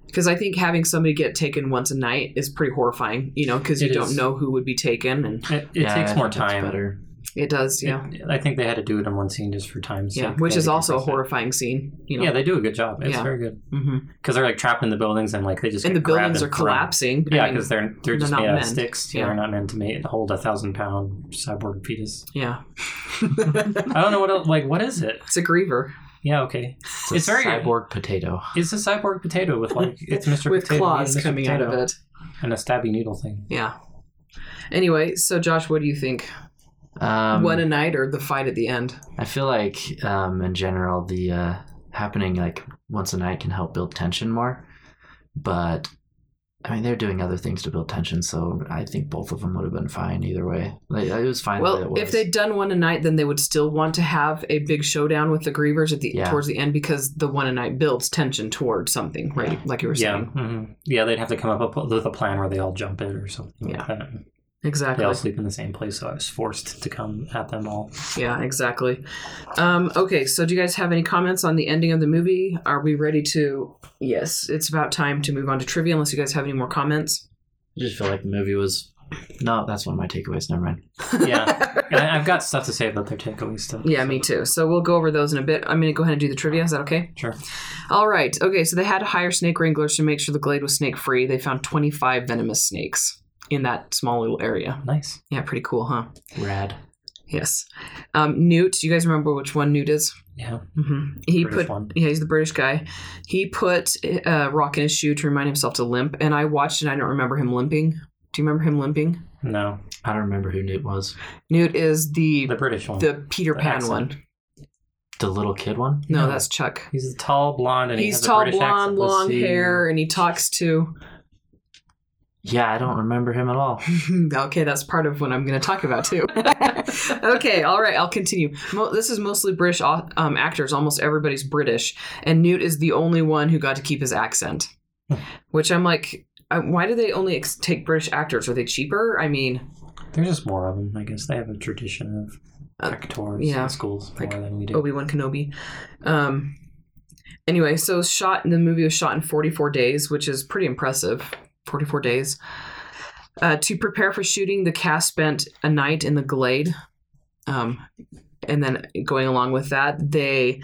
Speaker 1: Because I think having somebody get taken once a night is pretty horrifying. You know, because you
Speaker 2: It
Speaker 1: don't
Speaker 2: is.
Speaker 1: know who would be taken, and
Speaker 2: It, it
Speaker 3: Yeah,
Speaker 2: takes
Speaker 3: I
Speaker 2: more
Speaker 3: think that's
Speaker 2: time.
Speaker 3: Better.
Speaker 1: it does.
Speaker 2: It-
Speaker 1: Yeah.
Speaker 2: I think they had to do it in one scene just for time's
Speaker 1: Yeah,
Speaker 2: sake.
Speaker 1: which
Speaker 2: They had
Speaker 1: is
Speaker 2: to
Speaker 1: also a
Speaker 2: compress it.
Speaker 1: horrifying scene. You know,
Speaker 2: Yeah, they do a good job. It's
Speaker 1: Yeah.
Speaker 2: very good
Speaker 1: hmm
Speaker 2: because they're like trapped in the buildings and like they just
Speaker 1: and the
Speaker 2: get grabbed
Speaker 1: buildings are
Speaker 2: and thrown.
Speaker 1: collapsing. I
Speaker 2: Yeah,
Speaker 1: mean,
Speaker 2: because they're they're
Speaker 1: they're
Speaker 2: just
Speaker 1: not
Speaker 2: made out of
Speaker 1: meant.
Speaker 2: sticks.
Speaker 1: Yeah.
Speaker 2: They're not meant to make, hold a thousand pound cyborg fetus.
Speaker 1: yeah,
Speaker 2: I don't know what else, like what is it?
Speaker 1: it's a griever
Speaker 2: Yeah, okay.
Speaker 3: a
Speaker 2: It's very-
Speaker 3: cyborg potato.
Speaker 2: It's a cyborg potato with like it's Mr.
Speaker 1: with
Speaker 2: potato and
Speaker 1: claws
Speaker 2: Mr.
Speaker 1: coming out of
Speaker 2: Potato
Speaker 1: it.
Speaker 2: and a stabby needle thing.
Speaker 1: Yeah. Anyway, so Josh, what do you think?
Speaker 3: Um,
Speaker 1: One a night or the fight at the end?
Speaker 3: I feel like, um, in general, the uh, happening like once a night can help build tension more, but I mean, they're doing other things to build tension, so I think both of them would have been fine either way. Like, it was fine. the way it
Speaker 1: Well,
Speaker 3: was.
Speaker 1: if they'd done one a night, then they would still want to have a big showdown with the grievers at the
Speaker 3: Yeah.
Speaker 1: towards the end because the one a night builds tension toward something, right?
Speaker 3: Yeah.
Speaker 1: Like you were
Speaker 2: Yeah,
Speaker 1: saying,
Speaker 2: mhm. yeah, they'd have to come up with a plan where they all jump in or something. like
Speaker 1: Yeah.
Speaker 2: that.
Speaker 1: exactly.
Speaker 2: They all sleep in the same place, so I was forced to come at them all.
Speaker 1: Yeah, exactly. Um, okay, so do you guys have any comments on the ending of the movie? Are we ready to? Yes, it's about time to move on to trivia. Unless you guys have any more comments.
Speaker 3: I just feel like the movie was. No, that's one of my takeaways. Never mind.
Speaker 2: Yeah, And I, I've got stuff to say about their takeaway stuff.
Speaker 1: Yeah, me too. So we'll go over those in a bit. I'm going to go ahead and do the trivia. Is that okay?
Speaker 2: Sure.
Speaker 1: All right. Okay, so they had to hire snake wranglers to make sure the glade was snake free. They found 25 venomous snakes in that small little area.
Speaker 2: Nice.
Speaker 1: Yeah, pretty cool, huh?
Speaker 3: Rad.
Speaker 1: Yes. Um, Newt, do you guys remember which one Newt is?
Speaker 2: Yeah.
Speaker 1: hmm He
Speaker 2: British
Speaker 1: put.
Speaker 2: one.
Speaker 1: Yeah, he's the British guy. He put a rock in his shoe to remind himself to limp, and I watched it. I don't remember him limping. Do you remember him limping?
Speaker 2: No,
Speaker 3: I don't remember who Newt was.
Speaker 1: Newt is the
Speaker 2: the British one.
Speaker 1: the Peter
Speaker 2: The
Speaker 1: Pan
Speaker 2: accent.
Speaker 1: one.
Speaker 3: The little kid one.
Speaker 1: No,
Speaker 2: No.
Speaker 1: that's Chuck.
Speaker 2: He's a tall blonde, and he
Speaker 1: he's
Speaker 2: has a
Speaker 1: tall,
Speaker 2: British
Speaker 1: blonde,
Speaker 2: accent.
Speaker 3: Let's
Speaker 1: long
Speaker 3: see.
Speaker 1: hair, and he talks to.
Speaker 3: Yeah, I don't remember him at all.
Speaker 1: okay, that's part of what I'm going to talk about too. okay, all right, I'll continue. Mo- this is mostly British au- um, actors. Almost everybody's British, and Newt is the only one who got to keep his accent. Which I'm like, uh, why do they only ex- take British actors? Are they cheaper? I mean,
Speaker 2: There's just more of them, I guess. They have a tradition of
Speaker 1: Uh,
Speaker 2: actors
Speaker 1: yeah.
Speaker 2: in schools
Speaker 1: Like oh,
Speaker 2: more than we do.
Speaker 1: Obi Wan Kenobi. Um, anyway, so it was shot the movie was shot in 44 days, which is pretty impressive. 44 days. Uh, to prepare for shooting, the cast spent a night in the glade, um, and then going along with that, they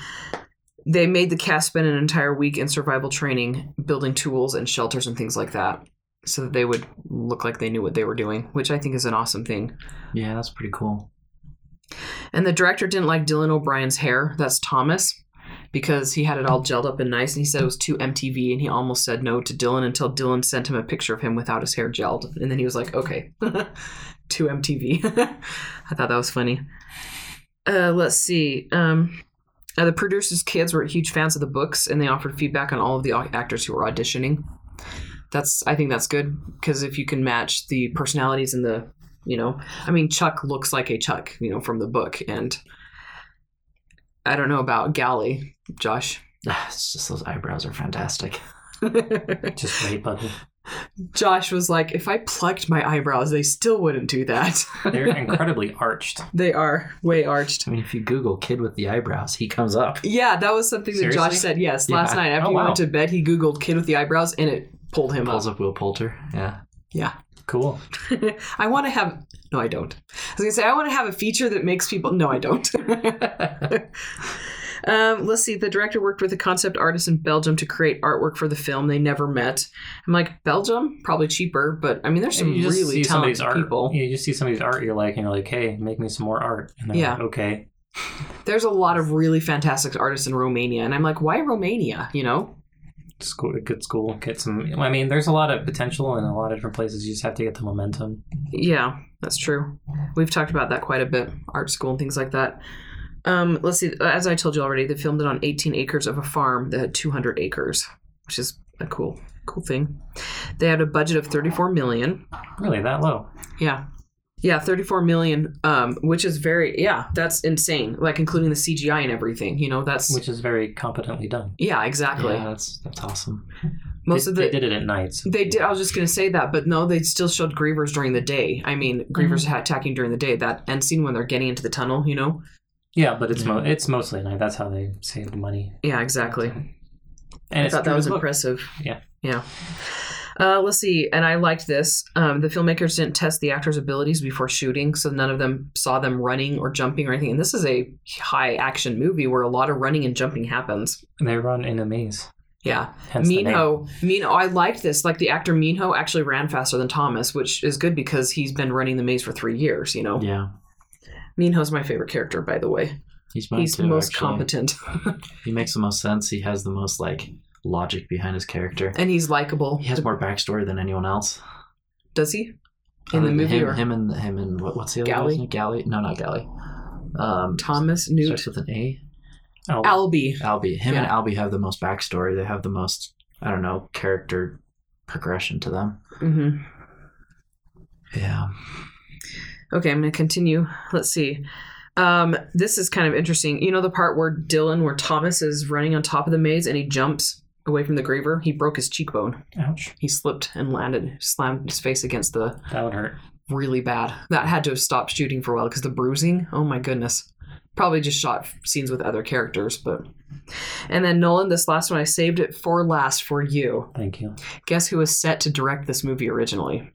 Speaker 1: they made the cast spend an entire week in survival training, building tools and shelters and things like that, so that they would look like they knew what they were doing, which I think is an awesome thing.
Speaker 3: Yeah, that's pretty cool.
Speaker 1: And the director didn't like Dylan O'Brien's hair. That's Thomas. Because he had it all gelled up and nice, and he said it was too MTV, and he almost said no to Dylan until Dylan sent him a picture of him without his hair gelled, and then he was like, "Okay, too MTV." I thought that was funny. Uh, let's see. Um, uh, the producers' kids were huge fans of the books, and they offered feedback on all of the au- actors who were auditioning. That's I think that's good because if you can match the personalities and the you know I mean, Chuck looks like a Chuck, you know, from the book. And I don't know about Galley, Josh.
Speaker 3: Ah, It's just those eyebrows are fantastic.
Speaker 2: Just wait, buddy.
Speaker 1: Josh was like, if I plucked my eyebrows, they still wouldn't do that.
Speaker 2: They're incredibly arched.
Speaker 1: they are way arched.
Speaker 3: I mean, if you Google kid with the eyebrows, he comes up.
Speaker 1: Yeah, that was something that Josh
Speaker 2: Seriously?
Speaker 1: said. Yes,
Speaker 3: Yeah.
Speaker 1: last night after
Speaker 2: Oh,
Speaker 1: he
Speaker 2: wow.
Speaker 1: went to bed, he Googled kid with the eyebrows and it pulled him
Speaker 3: Pulls
Speaker 1: up.
Speaker 3: up Will Poulter. Yeah.
Speaker 1: Yeah.
Speaker 2: Cool.
Speaker 1: I want to have. No, I don't. I was gonna say I want to have a feature that makes people. No, I don't. um, let's see. The director worked with a concept artist in Belgium to create artwork for the film. They never met. I'm like Belgium, probably cheaper, but I mean, there's some
Speaker 2: you just
Speaker 1: really
Speaker 2: see somebody's
Speaker 1: talented
Speaker 2: art.
Speaker 1: people.
Speaker 2: Yeah, you just see somebody's art. You're like, and you're like, hey, make me some more art. And they're
Speaker 1: Yeah.
Speaker 2: like, okay.
Speaker 1: There's a lot of really fantastic artists in Romania, and I'm like, why Romania? You know?
Speaker 2: School, good school, get some. I mean, there's a lot of potential in a lot of different places. You just have to get the momentum.
Speaker 1: Yeah, that's true. We've talked about that quite a bit, art school and things like that. Um, let's see. As I told you already, they filmed it on 18 acres of a farm that had 200 acres, which is a cool, cool thing. They had a budget of 34 million.
Speaker 2: Really, that low?
Speaker 1: Yeah. Yeah, 34 million, um, which is very, yeah, that's insane. Like, including the CGI and everything, you know, that's,
Speaker 2: Which is very competently done.
Speaker 1: yeah, exactly.
Speaker 3: Yeah, that's that's awesome.
Speaker 1: Most
Speaker 2: they,
Speaker 1: of the,
Speaker 2: they did it at night. So
Speaker 1: They did. I was just going to say that, but no, they still showed grievers during the day. I mean, grievers
Speaker 2: Mm-hmm.
Speaker 1: ha attacking during the day. That end scene when they're getting into the tunnel, you know?
Speaker 2: Yeah, but it's mo- it's mostly at night. That's how they save the money.
Speaker 1: Yeah, exactly.
Speaker 2: And
Speaker 1: I
Speaker 2: it's
Speaker 1: thought that
Speaker 2: true
Speaker 1: was
Speaker 2: to look.
Speaker 1: impressive.
Speaker 2: Yeah.
Speaker 1: Yeah. Uh, let's see. And I liked this. Um, the filmmakers didn't test the actors' abilities before shooting, so none of them saw them running or jumping or anything. And this is a high action movie where a lot of running and jumping happens.
Speaker 2: They run in a maze.
Speaker 1: Yeah.
Speaker 2: Hence the name.
Speaker 1: Minho, Minho, I liked this. Like the actor Minho actually ran faster than Thomas, which is good because he's been running the maze for three years, you know?
Speaker 3: Yeah.
Speaker 1: Minho's my favorite character, by the way.
Speaker 3: He's mine
Speaker 1: He's
Speaker 3: too,
Speaker 1: the most
Speaker 3: actually.
Speaker 1: competent
Speaker 3: He makes the most sense. He has the most like logic behind his character.
Speaker 1: and he's likable.
Speaker 3: He has more backstory than anyone else.
Speaker 1: Does he? In
Speaker 3: Other
Speaker 1: the
Speaker 3: than
Speaker 1: movie
Speaker 3: him,
Speaker 1: or
Speaker 3: him and him and what, what's the other
Speaker 1: Galley?
Speaker 3: guy's name? Galley? No, not Galley. Um,
Speaker 1: Thomas Newt?
Speaker 3: starts with an A.
Speaker 2: Oh,
Speaker 1: Albie.
Speaker 3: Albie. Him and
Speaker 1: Yeah.
Speaker 3: Albie have the most backstory. They have the most I don't know character progression to them.
Speaker 1: Mm-hmm.
Speaker 3: Yeah.
Speaker 1: Okay, I'm going to continue. Let's see. Um, this is kind of interesting. You know the part where Dylan, where Thomas is running on top of the maze and he jumps away from the griever? He broke his cheekbone.
Speaker 2: Ouch.
Speaker 1: He slipped and landed, slammed his face against the
Speaker 2: That would hurt.
Speaker 1: really bad. That had to have stopped shooting for a while because the bruising, oh my goodness. Probably just shot scenes with other characters, but. And then Nolan, this last one, I saved it for last for you.
Speaker 2: Thank you.
Speaker 1: Guess who was set to direct this movie originally?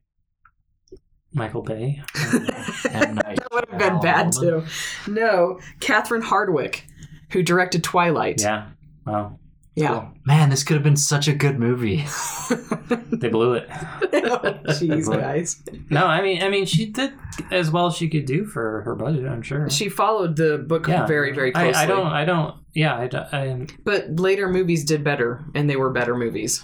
Speaker 2: Michael Bay.
Speaker 3: And I,
Speaker 1: That would have been bad too. No, Catherine Hardwick, who directed Twilight.
Speaker 2: yeah. Wow.
Speaker 1: Yeah.
Speaker 3: Man, this could have been such a good movie.
Speaker 2: They blew it.
Speaker 1: Jeez, guys.
Speaker 2: No, I mean, I mean, she did as well as she could do for her budget. I'm sure.
Speaker 1: She followed the book
Speaker 2: Yeah.
Speaker 1: very, very
Speaker 2: I,
Speaker 1: closely.
Speaker 2: I don't. I don't. Yeah. I, don't- I,
Speaker 1: But later movies did better, and they were better movies.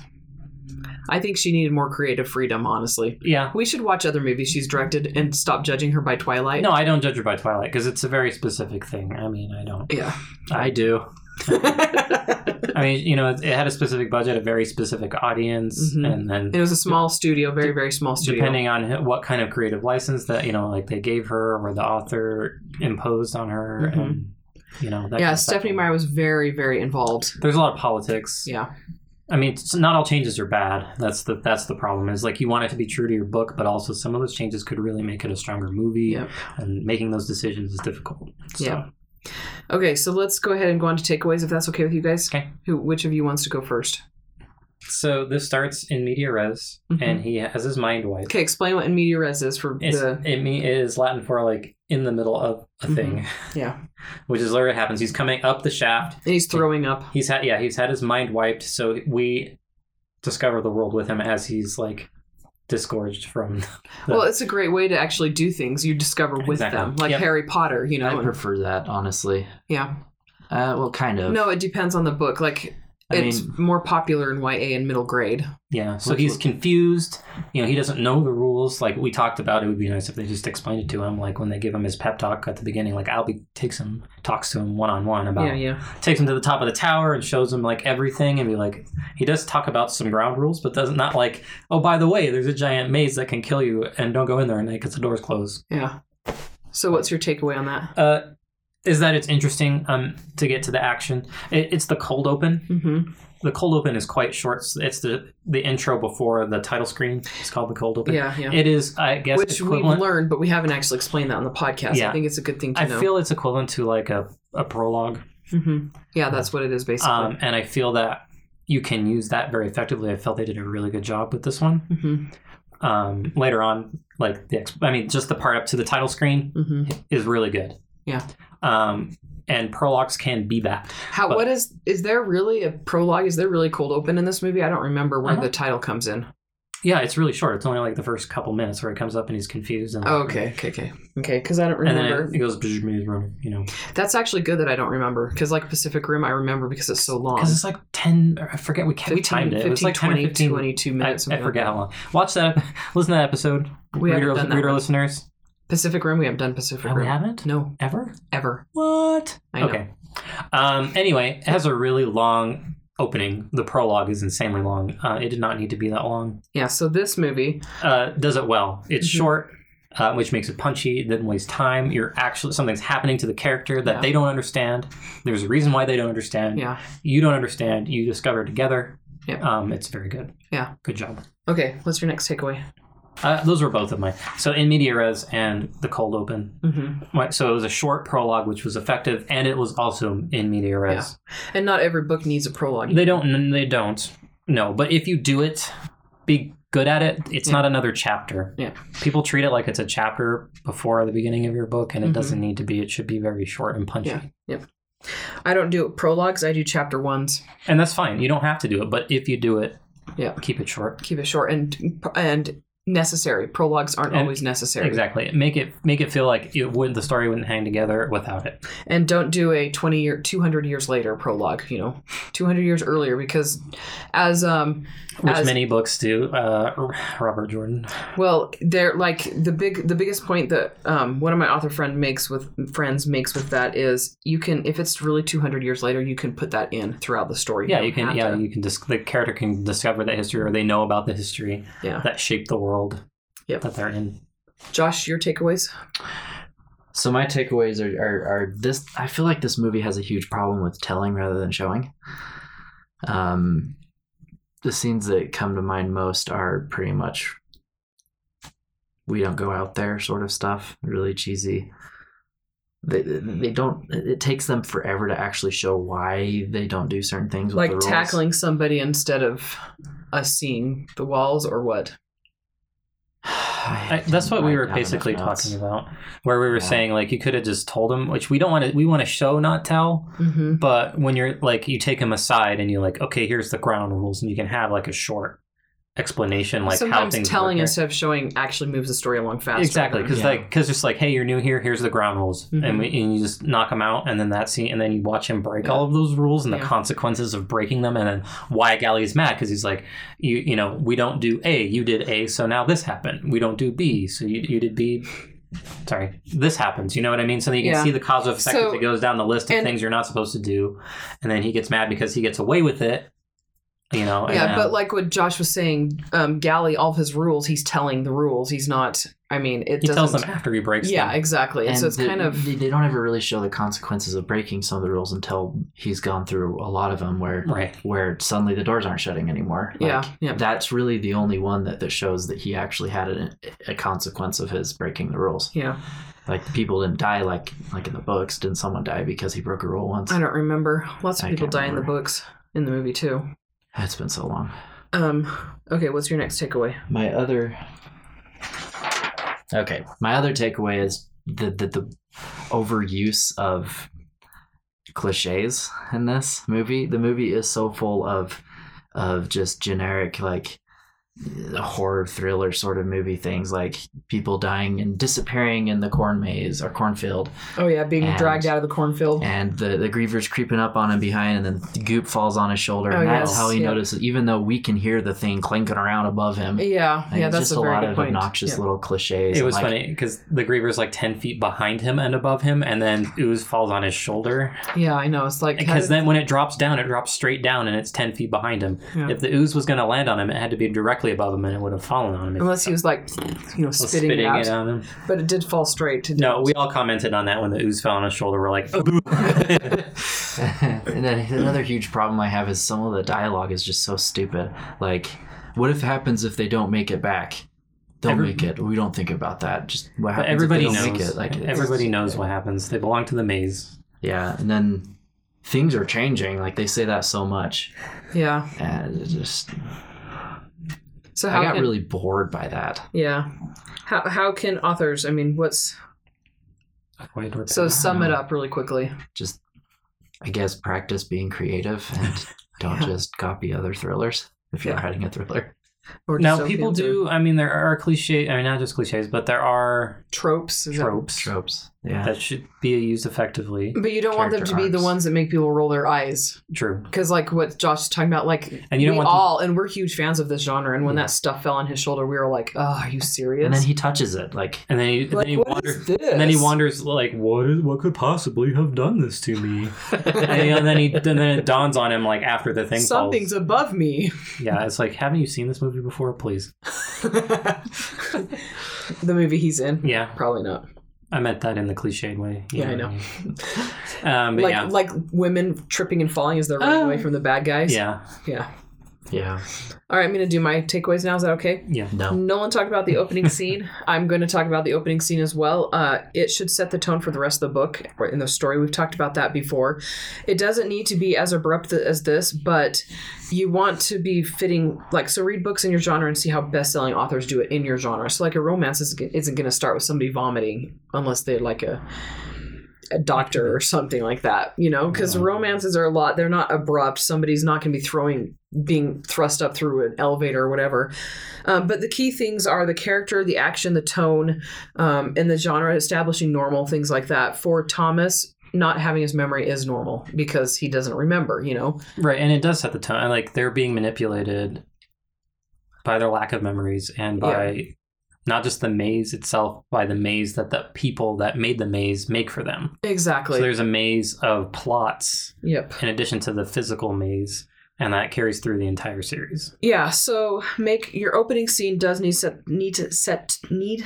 Speaker 1: I think she needed more creative freedom, honestly.
Speaker 2: yeah.
Speaker 1: We should watch other movies she's directed and stop judging her by Twilight.
Speaker 2: No, I don't judge her by Twilight because it's a very specific thing. I mean, I don't.
Speaker 1: Yeah.
Speaker 3: I do.
Speaker 1: it
Speaker 2: I mean, you know, it, it had a specific budget, a very specific audience,
Speaker 1: Mhm.
Speaker 2: and then
Speaker 1: was a small studio, very, very small studio.
Speaker 2: depending on who- what kind of creative license that you know, like they gave her or the author imposed on her,
Speaker 1: Mhm.
Speaker 2: and you know, that kind
Speaker 1: yeah,
Speaker 2: of stuff.
Speaker 1: Stephanie Meyer was very, very involved.
Speaker 2: There's a lot of politics.
Speaker 1: Yeah.
Speaker 2: I mean, it's- not all changes are bad. That's the that's the problem. Is like you want it to be true to your book, but also some of those changes could really make it a stronger movie.
Speaker 1: Yep.
Speaker 2: And making those decisions is difficult. So,
Speaker 1: Yep. Okay, so let's go ahead and go on to takeaways if that's okay with you guys.
Speaker 2: Okay.
Speaker 1: Who which of you wants to go first?
Speaker 2: So this starts in media res,
Speaker 1: Mhm.
Speaker 2: and he has his mind wiped.
Speaker 1: Okay, explain what in media res is for
Speaker 2: It's,
Speaker 1: the
Speaker 2: It me- it is Latin for like in the middle of a
Speaker 1: Mhm.
Speaker 2: thing,
Speaker 1: Yeah.
Speaker 2: which is literally what happens. He's coming up the shaft.
Speaker 1: And he's throwing up.
Speaker 2: He's had yeah, he's had his mind wiped. So we discover the world with him as he's like disgorged from. The,
Speaker 1: Well, it's a great way to actually do things you discover with
Speaker 2: Exactly.
Speaker 1: them. Like
Speaker 2: Yep.
Speaker 1: Harry Potter, you know.
Speaker 3: I
Speaker 1: and-
Speaker 3: prefer that, honestly.
Speaker 1: yeah.
Speaker 3: Uh, well, kind of.
Speaker 1: No, it depends on the book. Like
Speaker 3: I
Speaker 1: it's
Speaker 3: mean,
Speaker 1: more popular in YA and middle grade.
Speaker 2: Yeah, so
Speaker 3: Which
Speaker 2: he's
Speaker 3: was-
Speaker 2: confused. You know, he doesn't know the rules. Like we talked about, it would be nice if they just explained it to him. Like when they give him his pep talk at the beginning, like Albie takes him, talks to him one on one about,
Speaker 1: Yeah, yeah.
Speaker 2: takes him to the top of the tower and shows him like everything, and be like, he does talk about some ground rules, but does not like, oh by the way, there's a giant maze that can kill you, and don't go in there at night because the door's closed.
Speaker 1: Yeah. So what's your takeaway on that?
Speaker 2: Uh, is that it's interesting um, to get to the action? It, it's the cold open.
Speaker 1: Mm-hmm.
Speaker 2: The cold open is quite short. It's the the intro before the title screen. It's called the cold open.
Speaker 1: Yeah, yeah.
Speaker 2: It is, I guess,
Speaker 1: Which we've
Speaker 2: equivalent.
Speaker 1: learned, but we haven't actually explained that on the podcast. I
Speaker 2: Yeah.
Speaker 1: think it's a good thing to
Speaker 2: I
Speaker 1: know.
Speaker 2: feel it's equivalent to like a, a prologue.
Speaker 1: hmm Yeah, that's what it is basically.
Speaker 2: Um, and I feel that you can use that very effectively. I felt they did a really good job with this one.
Speaker 1: mm-hmm.
Speaker 2: Um, later on, like the, ex- I mean, just the part up to the title screen
Speaker 1: Mm-hmm.
Speaker 2: is really good.
Speaker 1: Yeah.
Speaker 2: Um, and prologues can be that.
Speaker 1: How?
Speaker 2: But-
Speaker 1: what is? Is there really a prologue? Is there really cold open in this movie? I don't remember where
Speaker 2: Uh-huh.
Speaker 1: the title comes in.
Speaker 2: Yeah, it's really short. It's only like the first couple minutes where it comes up and he's confused. And,
Speaker 1: Oh, okay, okay, okay, okay. Because I don't
Speaker 2: And
Speaker 1: remember.
Speaker 2: then it goes, you know,
Speaker 1: That's actually good that I don't remember. Because like Pacific Rim, I remember because it's so long.
Speaker 2: because it's like 10, I forget, we, we timed it. It was like 10 or
Speaker 1: 20,
Speaker 2: 15
Speaker 1: 22 minutes.
Speaker 2: I, I
Speaker 1: something like
Speaker 2: forget
Speaker 1: that.
Speaker 2: how long. Watch that. Listen to that episode.
Speaker 1: We haven't
Speaker 2: reader,
Speaker 1: done that
Speaker 2: reader
Speaker 1: one.
Speaker 2: listeners.
Speaker 1: Pacific Rim, we haven't done Pacific
Speaker 2: Oh, we
Speaker 1: Rim.
Speaker 2: haven't
Speaker 1: No,
Speaker 2: ever.
Speaker 1: ever.
Speaker 2: What?
Speaker 1: I know.
Speaker 2: Okay. Um. Anyway, it has a really long opening. The prologue is insanely long. Uh, it did not need to be that long.
Speaker 1: Yeah, so this movie,
Speaker 2: Uh, does it well. It's
Speaker 1: Mhm.
Speaker 2: short. Uh, which makes it punchy, doesn't waste time. You're actually something's happening to the character that
Speaker 1: Yeah.
Speaker 2: they don't understand. There's a reason why they don't understand.
Speaker 1: yeah.
Speaker 2: You don't understand. You discover together.
Speaker 1: Yeah.
Speaker 2: Um, it's very good.
Speaker 1: Yeah.
Speaker 2: Good job.
Speaker 1: Okay, what's your next takeaway?
Speaker 2: Uh, those were both of mine. So in media res and the cold open
Speaker 1: hmm
Speaker 2: Right, so it was a short prologue, which was effective, and it was also in media res.
Speaker 1: And not every book needs a prologue.
Speaker 2: They don't, they don't, no. But if you do it, be good at it. It's
Speaker 1: Yeah.
Speaker 2: not another chapter.
Speaker 1: Yeah.
Speaker 2: people treat it like it's a chapter before the beginning of your book, and it
Speaker 1: Mhm.
Speaker 2: doesn't need to be. It should be very short and punchy,
Speaker 1: Yeah. I don't do prologues. I do chapter ones.
Speaker 2: and that's fine. You don't have to do it, but if you do it,
Speaker 1: Yeah.
Speaker 2: keep it short.
Speaker 1: Keep it short and and necessary. Prologues aren't
Speaker 2: And-
Speaker 1: always necessary.
Speaker 2: Exactly. Make it make it feel like it would the story wouldn't hang together without it.
Speaker 1: And don't do a 20 year 200 years later prologue, you know. 200 years earlier because as um
Speaker 2: Which
Speaker 1: As-
Speaker 2: many books do. Uh, Robert Jordan.
Speaker 1: Well, they're like the big the biggest point that um, one of my author friend makes with friends makes with that is you can if it's really 200 years later you can put that in throughout the story.
Speaker 2: Yeah,
Speaker 1: don't
Speaker 2: you can.
Speaker 1: have
Speaker 2: Yeah,
Speaker 1: to-
Speaker 2: you can. Dis- the character can discover that history, or they know about the history
Speaker 1: yeah.
Speaker 2: that shaped the world
Speaker 1: Yep.
Speaker 2: that they're in.
Speaker 1: Josh, your takeaways?
Speaker 3: So my takeaways are, are are this. I feel like this movie has a huge problem with telling rather than showing. Um, the scenes that come to mind most are pretty much we don't go out there sort of stuff. Really cheesy. They they don't. It takes them forever to actually show why they don't do certain things. With the
Speaker 1: Like
Speaker 3: rules.
Speaker 1: tackling somebody instead of us seeing the walls or what?
Speaker 2: I, that's what we
Speaker 3: I
Speaker 2: were
Speaker 3: have enough
Speaker 2: basically
Speaker 3: notes.
Speaker 2: talking about, where we were
Speaker 3: Yeah.
Speaker 2: saying like you could have just told them, which we don't want to. We want to show, not tell.
Speaker 1: Mm-hmm.
Speaker 2: But when you're like, you take them aside and you're like, okay, here's the ground rules, and you can have like a short explanation, like how
Speaker 1: Sometimes
Speaker 2: things work
Speaker 1: telling
Speaker 2: here.
Speaker 1: instead of showing actually moves the story along faster.
Speaker 2: Exactly, because
Speaker 3: Yeah.
Speaker 2: like, because it's like, hey, you're new here. Here's the ground rules, and,
Speaker 1: Mhm.
Speaker 2: we, and you just knock them out, and then that scene, and then you watch him break all of those rules and the
Speaker 1: Yeah.
Speaker 2: consequences of breaking them, and then why Gally is mad because he's like, you, you know, we don't do A, you did A, so now this happened. We don't do B, so you, you did B. Sorry, this happens. You know what I mean? So that you can
Speaker 1: Yeah.
Speaker 2: see the causal effect
Speaker 1: So-
Speaker 2: as it goes down the list of
Speaker 1: and-
Speaker 2: things you're not supposed to do, and then he gets mad because he gets away with it. You know? and um,
Speaker 1: Yeah,
Speaker 2: then-
Speaker 1: but like what Josh was saying, um, Galley, all of his rules, he's telling the rules. He's not. I mean, it
Speaker 2: he
Speaker 1: doesn't.
Speaker 2: tells them after he breaks.
Speaker 1: Yeah,
Speaker 2: them.
Speaker 1: exactly. And so it's
Speaker 3: they,
Speaker 1: kind of
Speaker 3: they, they don't ever really show the consequences of breaking some of the rules until he's gone through a lot of them where
Speaker 2: right.
Speaker 3: where suddenly the doors aren't shutting anymore. Like,
Speaker 1: yeah, yeah.
Speaker 3: That's really the only one that, that shows that he actually had a, a consequence of his breaking the rules.
Speaker 1: Yeah,
Speaker 3: Like the people didn't die like like in the books. Didn't someone die because he broke a rule once?
Speaker 1: I don't remember. Lots of
Speaker 3: I
Speaker 1: people
Speaker 3: can't
Speaker 1: die in the
Speaker 3: remember.
Speaker 1: books, in the movie too.
Speaker 3: It's been so long.
Speaker 1: Um, okay, what's your next takeaway?
Speaker 3: My other Okay. My other takeaway is the the, the overuse of cliches in this movie. The movie is so full of of just generic like horror thriller sort of movie things like people dying and disappearing in the corn maze or cornfield
Speaker 1: Oh yeah, being
Speaker 3: And-
Speaker 1: dragged out of the cornfield.
Speaker 3: and the, the griever's creeping up on him behind and then the goop falls on his shoulder
Speaker 1: Oh,
Speaker 3: and that's
Speaker 1: yes,
Speaker 3: how he
Speaker 1: yeah.
Speaker 3: notices even though we can hear the thing clinking around above him
Speaker 1: yeah,
Speaker 3: like,
Speaker 1: yeah,
Speaker 3: it's
Speaker 1: that's
Speaker 3: just
Speaker 1: a
Speaker 3: a,
Speaker 1: very
Speaker 3: lot
Speaker 1: good
Speaker 3: of
Speaker 1: point.
Speaker 3: obnoxious
Speaker 1: Yeah.
Speaker 3: little
Speaker 2: It
Speaker 3: cliches. and,
Speaker 2: was
Speaker 3: like,
Speaker 2: funny because the griever's like ten feet behind him and above him, and then ooze falls on his shoulder.
Speaker 1: Yeah, I know. It's like how
Speaker 2: Because
Speaker 1: did-
Speaker 2: then when it drops down, it drops straight down, and it's ten feet behind him.
Speaker 1: Yeah.
Speaker 2: If the ooze was going to land on him, it had to be directly above him, and it would have fallen on him. if
Speaker 1: unless he was like, you know,
Speaker 2: it was
Speaker 1: spitting, it out,
Speaker 2: it on him.
Speaker 1: but it did fall straight. To
Speaker 2: No, we all commented on that when the ooze fell on his shoulder. We're like,
Speaker 3: and then another huge problem I have is some of the dialogue is just so stupid. Like, what if happens if they don't make it back? They'll
Speaker 2: Every-
Speaker 3: make it. We don't think about that. Just what
Speaker 2: but
Speaker 3: happens
Speaker 2: everybody
Speaker 3: if they
Speaker 2: knows.
Speaker 3: don't make it? Like, it's-
Speaker 2: everybody knows what happens. They belong to the maze.
Speaker 3: Yeah, and then things are changing. Like they say that so much,
Speaker 1: yeah.
Speaker 3: and it just
Speaker 1: So how
Speaker 3: I got
Speaker 1: can
Speaker 3: really bored by that.
Speaker 1: yeah, how how can authors? I mean, what's
Speaker 2: Avoid repair.
Speaker 1: so sum it up really quickly?
Speaker 3: Just, I guess, practice being creative and don't
Speaker 1: Yeah.
Speaker 3: just copy other thrillers if you're
Speaker 1: Yeah.
Speaker 3: writing a thriller.
Speaker 1: Or
Speaker 2: now
Speaker 1: dystopians
Speaker 2: people
Speaker 1: or
Speaker 2: do. I mean, there are cliche. I mean, not just cliches, but there are
Speaker 1: tropes. is that- Mm.
Speaker 2: tropes
Speaker 3: Tropes. Yeah.
Speaker 2: that should be used effectively.
Speaker 1: But you don't want them to
Speaker 3: Character
Speaker 1: be the
Speaker 3: arcs.
Speaker 1: ones that make people roll their eyes.
Speaker 2: True.
Speaker 1: Because, like, what Josh is talking about, like,
Speaker 2: And you don't
Speaker 1: we
Speaker 2: want them-
Speaker 1: all, and we're huge fans of this genre, and when
Speaker 2: Yeah.
Speaker 1: that stuff fell on his shoulder, we were like, oh, are you serious?
Speaker 3: and then he touches it like
Speaker 2: And then he, and
Speaker 1: Like,
Speaker 2: then he
Speaker 1: what
Speaker 2: wanders.
Speaker 1: is this?
Speaker 2: And then he wanders like, what is what could possibly have done this to me? and then he and then it dawns on him like after the thing
Speaker 1: Something's
Speaker 2: falls.
Speaker 1: above me.
Speaker 2: Yeah, it's like, haven't you seen this movie before? Please.
Speaker 1: the movie he's in.
Speaker 2: Yeah,
Speaker 1: Probably not.
Speaker 2: I meant that in the cliched way. you
Speaker 1: Yeah, I
Speaker 2: what mean. Um, but
Speaker 1: like,
Speaker 2: yeah,
Speaker 1: like women tripping and falling as they're running
Speaker 2: Oh.
Speaker 1: away from the bad guys.
Speaker 2: yeah,
Speaker 1: Yeah.
Speaker 3: yeah
Speaker 1: All right, I'm going to do my takeaways now. Is that okay?
Speaker 2: yeah.
Speaker 3: no
Speaker 1: Nolan talked about the opening scene. I'm going to talk about the opening scene as well. Uh, it should set the tone for the rest of the book or in the story. We've talked about that before. It doesn't need to be as abrupt th- as this, but you want to be fitting. Like, so read books in your genre and see how best-selling authors do it in your genre. So, like, a romance is, isn't going to start with somebody vomiting unless they're like a a doctor or something like that, you know, because
Speaker 2: Yeah.
Speaker 1: romances are a lot. They're not abrupt. Somebody's not going to be throwing being thrust up through an elevator or whatever. Um, but the key things are the character, the action, the tone, um, and the genre, establishing normal things like that. For Thomas, not having his memory is normal because he doesn't remember, you know?
Speaker 2: Right, and it does set the tone. Like they're being manipulated by their lack of memories and by not just the maze itself, by the maze that the people that made the maze make for them.
Speaker 1: Exactly.
Speaker 2: so there's a maze of plots
Speaker 1: yep.
Speaker 2: in addition to the physical maze, and that carries through the entire series.
Speaker 1: Yeah, so make your opening scene does need set need to set need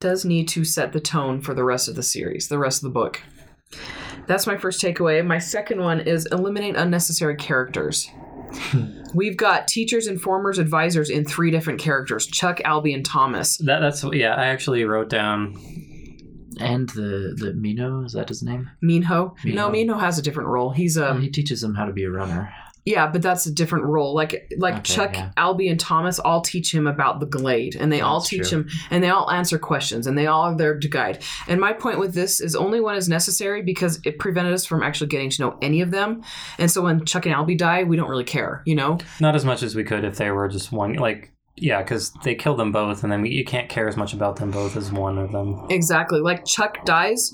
Speaker 1: does need to set the tone for the rest of the series, the rest of the book. That's my first takeaway. My second one is eliminate unnecessary characters. We've got teachers, informers, advisors in three different characters: Chuck, Albie, and Thomas.
Speaker 2: That that's yeah. I actually wrote down.
Speaker 3: And the the Mino is that his name?
Speaker 1: Minho. No,
Speaker 3: Minho.
Speaker 1: Minho has a different role. He's a
Speaker 3: he teaches him how to be a runner.
Speaker 1: Yeah, but that's a different role. Like like
Speaker 3: Okay,
Speaker 1: Chuck,
Speaker 3: yeah.
Speaker 1: Albie, and Thomas all teach him about the glade, and they all
Speaker 3: That's
Speaker 1: teach
Speaker 3: true.
Speaker 1: him, and they all answer questions, and they all are there to guide. And my point with this is only one is necessary because it prevented us from actually getting to know any of them. And so when Chuck and Albie die, we don't really care, you know?
Speaker 2: Not as much as we could if they were just one. Like yeah, because they kill them both, and then we, you can't care as much about them both as one of them.
Speaker 1: Exactly. Like Chuck dies,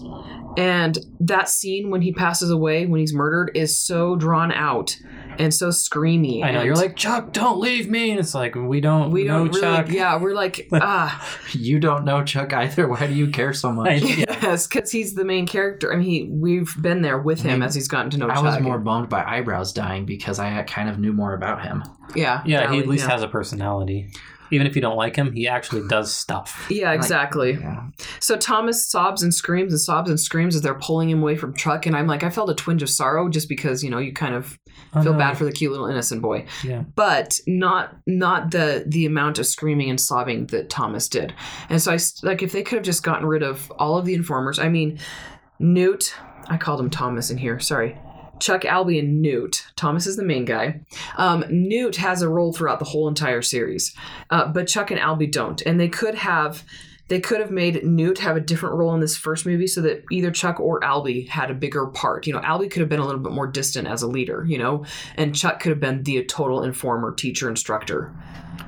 Speaker 1: and that scene when he passes away, when he's murdered, is so drawn out and so screamy.
Speaker 2: I know
Speaker 1: and
Speaker 2: you're like Chuck, don't leave me, and it's like we don't.
Speaker 1: we
Speaker 2: know
Speaker 1: don't really,
Speaker 2: Chuck.
Speaker 1: yeah, we're like ah.
Speaker 3: You don't know Chuck either. Why do you care so much?
Speaker 2: I- yeah.
Speaker 1: Yes, because he's the main character. I mean, he, we've been there with him as he's gotten to know
Speaker 3: I
Speaker 1: Chuck.
Speaker 3: was more boned by eyebrows dying because I kind of knew more about him.
Speaker 1: yeah,
Speaker 2: Yeah, he
Speaker 1: valid,
Speaker 2: at least
Speaker 1: yeah.
Speaker 2: has a personality. Even if you don't like him, he actually does stuff.
Speaker 1: Yeah, exactly.
Speaker 3: Yeah.
Speaker 1: So Thomas sobs and screams and sobs and screams as they're pulling him away from Chuck, and I'm like, I felt a twinge of sorrow just because you know you kind of feel bad for the cute little innocent boy,
Speaker 2: Yeah.
Speaker 1: but not not the the amount of screaming and sobbing that Thomas did. And so I s- like if they could have just gotten rid of all of the informers. I mean, Newt. I called him Thomas in here. Sorry. Chuck Albie and Newt. Thomas is the main guy. Um, Newt has a role throughout the whole entire series, uh, but Chuck and Albie don't. And they could have, they could have made Newt have a different role in this first movie, so that either Chuck or Albie had a bigger part. You know, Albie could have been a little bit more distant as a leader. You know, and Chuck could have been the total informer, teacher, instructor,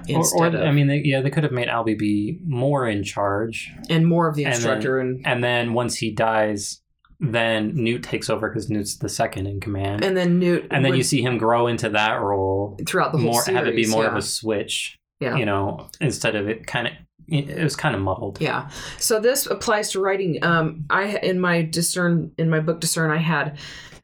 Speaker 2: Or,
Speaker 1: instead
Speaker 2: or
Speaker 1: of,
Speaker 2: I mean, they, yeah, they could have made Albie be more in charge,
Speaker 1: and more of the
Speaker 2: and then-
Speaker 1: instructor and
Speaker 2: and then once he dies, then Newt takes over because Newt's the second in command, and,
Speaker 1: and then Newt,
Speaker 2: then
Speaker 1: would-
Speaker 2: you see him grow into that role
Speaker 1: throughout the whole
Speaker 2: more,
Speaker 1: series,
Speaker 2: have it be more
Speaker 1: yeah.
Speaker 2: of a switch,
Speaker 1: Yeah.
Speaker 2: you know, instead of it kind of. It it was kind of muddled.
Speaker 1: Yeah. So this applies to writing. Um, I in my discern in my book discern, I had,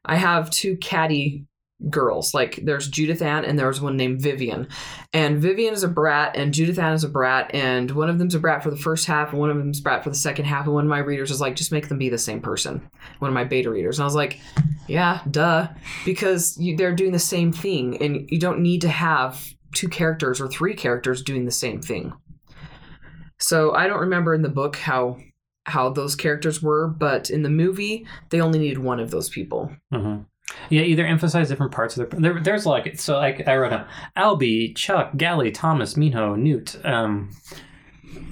Speaker 1: I have two caddy girls. Like there's Judith Ann and there was one named Vivian, and Vivian is a brat and Judith Ann is a brat, and one of them's a brat for the first half and one of them's a brat for the second half. And one of my readers was like, just make them be the same person. One of my beta readers, and I was like, yeah, duh, because you, they're doing the same thing, and you don't need to have two characters or three characters doing the same thing. So I don't remember in the book how how those characters were, but in the movie they only needed one of those people.
Speaker 2: hmm Yeah, either emphasize different parts of their. There, there's like so like I wrote down Albie, Chuck, Galley, Thomas, Minho, Newt. Um,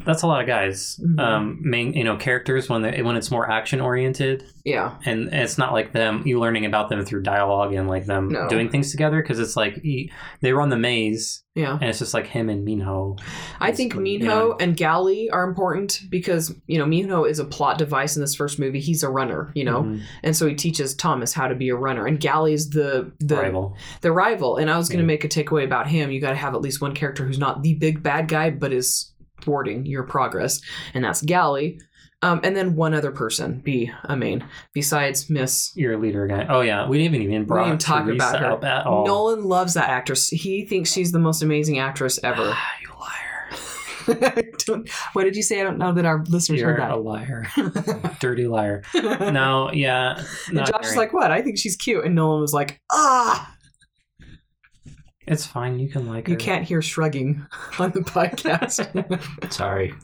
Speaker 2: that's a lot of guys.
Speaker 1: Mhm.
Speaker 2: Um, main you know characters when they when it's more action oriented
Speaker 1: Yeah,
Speaker 2: and and it's not like them you learning about them through dialogue and like them
Speaker 1: No.
Speaker 2: doing things together because it's like he, they run the maze
Speaker 1: yeah.
Speaker 2: and it's just like him and Minho.
Speaker 1: I think
Speaker 2: Basically,
Speaker 1: Minho
Speaker 2: yeah.
Speaker 1: and Galley are important because you know Minho is a plot device in this first movie. He's a runner, you know,
Speaker 2: Mhm.
Speaker 1: and so he teaches Thomas how to be a runner. And Galley is the the
Speaker 2: rival.
Speaker 1: the rival. And I was going to
Speaker 2: Yeah.
Speaker 1: make a takeaway about him. You got to have at least one character who's not the big bad guy, but is thwarting your progress, and that's Galley. Um, and then one other person be a main besides Miss
Speaker 2: Your leader guy. Oh yeah, we didn't even
Speaker 1: We
Speaker 2: brought
Speaker 1: didn't talk
Speaker 2: Teresa
Speaker 1: about her.
Speaker 2: up at all.
Speaker 1: Nolan loves that actress. He thinks she's the most amazing actress ever.
Speaker 2: Ah, you liar.
Speaker 1: I don't- what did you say? I don't know that our listeners
Speaker 2: You're
Speaker 1: heard
Speaker 2: a
Speaker 1: that.
Speaker 2: liar. Dirty liar. No, yeah.
Speaker 1: and
Speaker 2: not
Speaker 1: Josh was
Speaker 2: very-
Speaker 1: like, "What? I think she's cute." And Nolan was like, "Ah,
Speaker 2: It's fine. You can like
Speaker 1: you
Speaker 2: her.
Speaker 1: can't hear shrugging on the podcast."
Speaker 3: Sorry.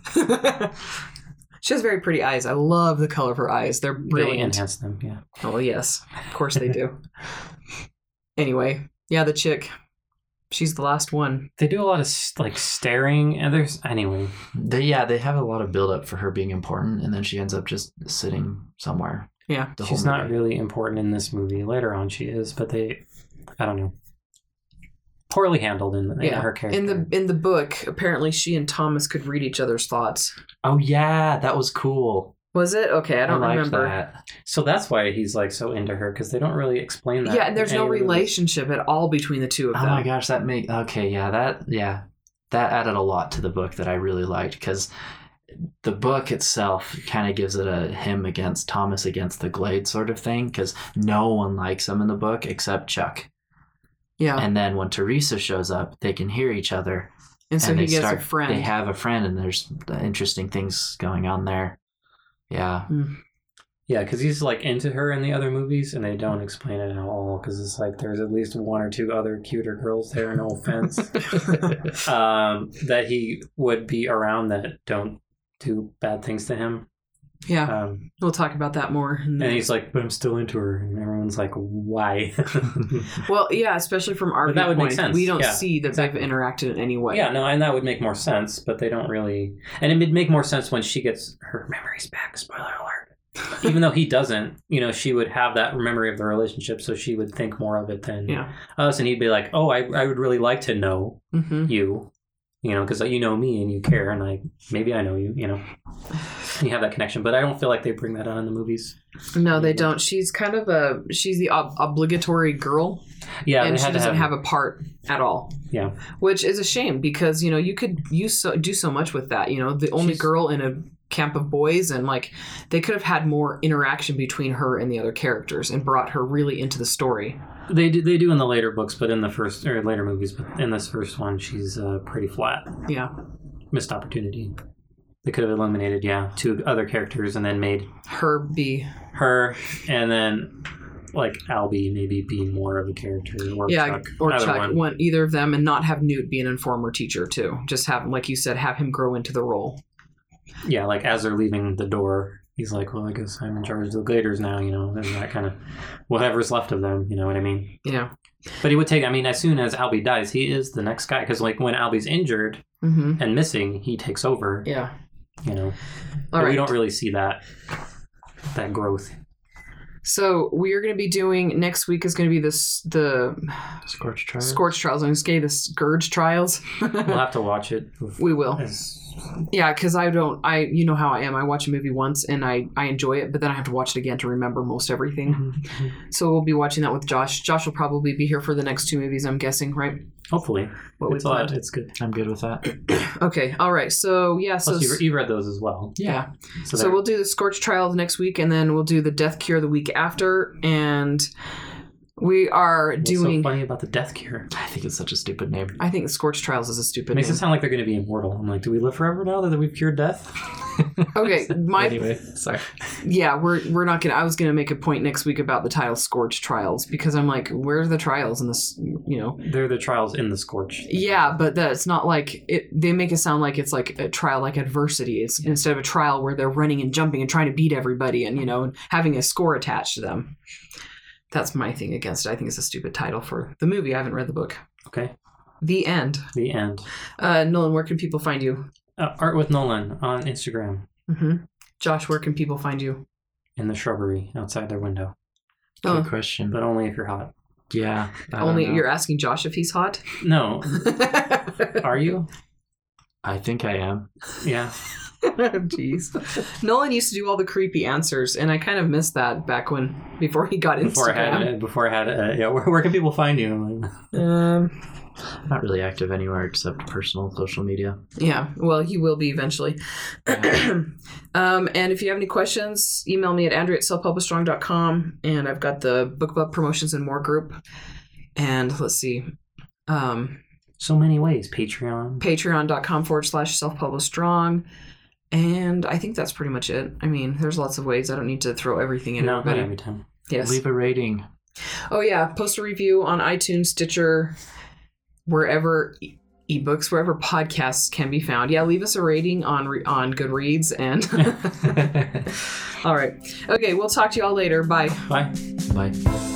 Speaker 1: she has very pretty eyes. I love the color of her eyes. They're
Speaker 2: really
Speaker 1: brilliant.
Speaker 2: enhance them. Yeah.
Speaker 1: Oh yes, of course they do. anyway, yeah, the chick. She's the last one.
Speaker 2: They do a lot of s- like staring, and there's anyway.
Speaker 3: They, yeah, they have a lot of build up for her being important, and then she ends up just sitting somewhere.
Speaker 1: Yeah.
Speaker 3: the
Speaker 2: she's
Speaker 3: whole
Speaker 2: not
Speaker 3: movie.
Speaker 2: really important in this movie. Later on, she is, but they, I don't know. poorly handled in, in
Speaker 1: Yeah.
Speaker 2: her character.
Speaker 1: In the in the book, apparently she and Thomas could read each other's thoughts.
Speaker 3: Oh yeah, that was cool.
Speaker 1: Was it? Okay, I don't
Speaker 3: liked
Speaker 1: remember.
Speaker 3: that.
Speaker 2: so that's why he's like so into her because they don't really explain that.
Speaker 1: Yeah, and there's
Speaker 2: in
Speaker 1: no
Speaker 2: any of the-
Speaker 1: relationship at all between the two of
Speaker 3: Oh
Speaker 1: them.
Speaker 3: my gosh, that made okay. Yeah, that yeah, that added a lot to the book that I really liked because the book itself kind of gives it a him against Thomas against the Glade sort of thing because no one likes him in the book except Chuck.
Speaker 1: Yeah, and,
Speaker 3: And then when Teresa shows up, they can hear each other.
Speaker 1: so
Speaker 3: and
Speaker 1: he
Speaker 3: they
Speaker 1: gets
Speaker 3: start-
Speaker 1: a friend.
Speaker 3: They have a friend, and there's interesting things going on there. Yeah,
Speaker 2: Yeah, because he's like into her in the other movies, and they don't explain it at all. Because it's like there's at least one or two other cuter girls there. No offense, um, that he would be around that don't do bad things to him.
Speaker 1: yeah,
Speaker 2: Um,
Speaker 1: we'll talk about that more. in the-
Speaker 2: and he's like, "But I'm still into her," and everyone's like, "Why?"
Speaker 1: well, yeah, especially from our
Speaker 2: But that would make
Speaker 1: viewpoint,
Speaker 2: sense,
Speaker 1: we don't
Speaker 2: yeah,
Speaker 1: see that
Speaker 2: exactly.
Speaker 1: they've interacted in any way.
Speaker 2: yeah, no, and that would make more sense, but they don't really. And it would make more sense when she gets her memories back. Spoiler alert. Even though he doesn't, you know, she would have that memory of the relationship, so she would think more of it than
Speaker 1: yeah.
Speaker 2: us, and he'd be like, "Oh, I, I would really like to know
Speaker 1: hmm
Speaker 2: you, you know, because you know me and you care, and I maybe I know you, you know, you have that connection." But I don't feel like they bring that out in the movies.
Speaker 1: No, they don't. She's kind of a she's the ob- obligatory girl,
Speaker 2: Yeah,
Speaker 1: and
Speaker 2: they
Speaker 1: she
Speaker 2: had to
Speaker 1: doesn't
Speaker 2: have,
Speaker 1: have a part at all.
Speaker 2: Yeah.
Speaker 1: which is a shame because you know you could you so do so much with that. You know, the only
Speaker 2: She's-
Speaker 1: girl in a camp of boys, and like they could have had more interaction between her and the other characters and brought her really into the story.
Speaker 2: they do they do in the later books, but in the first or later movies, but in this first one, she's uh, pretty flat.
Speaker 1: Yeah,
Speaker 2: missed opportunity. They could have eliminated, yeah, two other characters and then made
Speaker 1: her be
Speaker 2: her and then like Albie maybe be more of a character or
Speaker 1: yeah
Speaker 2: Chuck,
Speaker 1: or
Speaker 2: either
Speaker 1: Chuck
Speaker 2: one.
Speaker 1: one. either of them and not have Newt be an informer teacher too. Just have like you said, have him grow into the role.
Speaker 2: Yeah, like as they're leaving the door, he's like, "Well, I guess I'm in charge of the Gladers now," you know, and that kind of whatever's left of them. You know what I mean?
Speaker 1: Yeah.
Speaker 2: But he would take. I mean, as soon as Albie dies, he is the next guy because like when Albie's injured
Speaker 1: Mm-hmm.
Speaker 2: and missing, he takes over.
Speaker 1: Yeah.
Speaker 2: You know,
Speaker 1: All
Speaker 2: but
Speaker 1: right.
Speaker 2: we don't really see that that growth.
Speaker 1: So we are going to be doing next week is going to be this the
Speaker 3: Scorch Trial.
Speaker 1: Scorch trials. I'm just getting the Scourge trials.
Speaker 2: We'll have to watch it.
Speaker 1: we will.
Speaker 2: As-
Speaker 1: Yeah, because I don't. I you know how I am. I watch a movie once and I I enjoy it, but then I have to watch it again to remember most
Speaker 2: Mm-hmm.
Speaker 1: everything. So we'll be watching that with Josh. Josh will probably be here for the next two movies. I'm guessing, right?
Speaker 2: Hopefully,
Speaker 1: What we
Speaker 2: it's a lot.
Speaker 1: planned.
Speaker 2: It's good.
Speaker 3: I'm good with that.
Speaker 1: Okay. All right. So yeah. So
Speaker 2: Plus, you, you read those as well.
Speaker 1: yeah.
Speaker 2: So,
Speaker 1: So,
Speaker 2: they're-
Speaker 1: we'll do the Scorch trials next week, and then we'll do the Death Cure the week after, and we are
Speaker 2: what's
Speaker 1: doing.
Speaker 2: so funny about the death cure?
Speaker 3: I think it's such a stupid name.
Speaker 1: I think the Scorch trials is a
Speaker 2: It
Speaker 1: stupid
Speaker 2: makes
Speaker 1: name.
Speaker 2: it sound like they're going to be immortal. I'm like, do we live forever now that we've cured death?
Speaker 1: Okay, my
Speaker 3: anyway, sorry.
Speaker 1: yeah we're we're not gonna i was gonna make a point next week about the title scorch trials because i'm like where are the trials in this you know
Speaker 2: They're the trials in the scorch.
Speaker 1: yeah but that's not like it they make it sound like it's like a trial like adversity it's instead of a trial where they're running and jumping and trying to beat everybody and you know having a score attached to them that's my thing against it i think it's a stupid title for the movie i haven't read the book
Speaker 2: Okay,
Speaker 1: the end
Speaker 2: the end.
Speaker 1: uh nolan where can people find you
Speaker 2: Uh, Art with Nolan on Instagram
Speaker 1: hmm josh where can people find you
Speaker 2: in the shrubbery outside their window,
Speaker 1: Oh.
Speaker 3: Good question.
Speaker 2: but
Speaker 3: But
Speaker 2: only if you're hot.
Speaker 3: yeah, I don't
Speaker 1: only
Speaker 3: know.
Speaker 1: you're asking josh if he's hot
Speaker 2: No, are you?
Speaker 3: I think I am.
Speaker 2: Yeah.
Speaker 1: Jeez. Nolan used to do all the creepy answers, and I kind of missed that back when before he got
Speaker 2: Before I had
Speaker 1: Instagram.
Speaker 2: it. Before I had it. Uh, yeah. Where, where can people find you?
Speaker 1: Um,
Speaker 3: I'm not really active anywhere except personal social media.
Speaker 1: yeah. Well, he will be eventually. um, and if you have any questions, email me at Andrea at selfpublishstrong.com. And I've got the book club promotions and more group. And let's see. Um,
Speaker 2: So many ways. Patreon.
Speaker 1: patreon.com forward slash self published strong. And I think that's pretty much it. I mean, there's lots of ways. I don't need to throw everything in
Speaker 2: no, not
Speaker 1: everybody.
Speaker 2: every time.
Speaker 1: Yes.
Speaker 3: Leave a rating.
Speaker 1: Oh yeah, post a review on iTunes, Stitcher, wherever e- ebooks, wherever podcasts can be found. Yeah, leave us a rating on re- on Goodreads and all right. Okay, we'll talk to y'all later. Bye.
Speaker 2: Bye.
Speaker 3: Bye.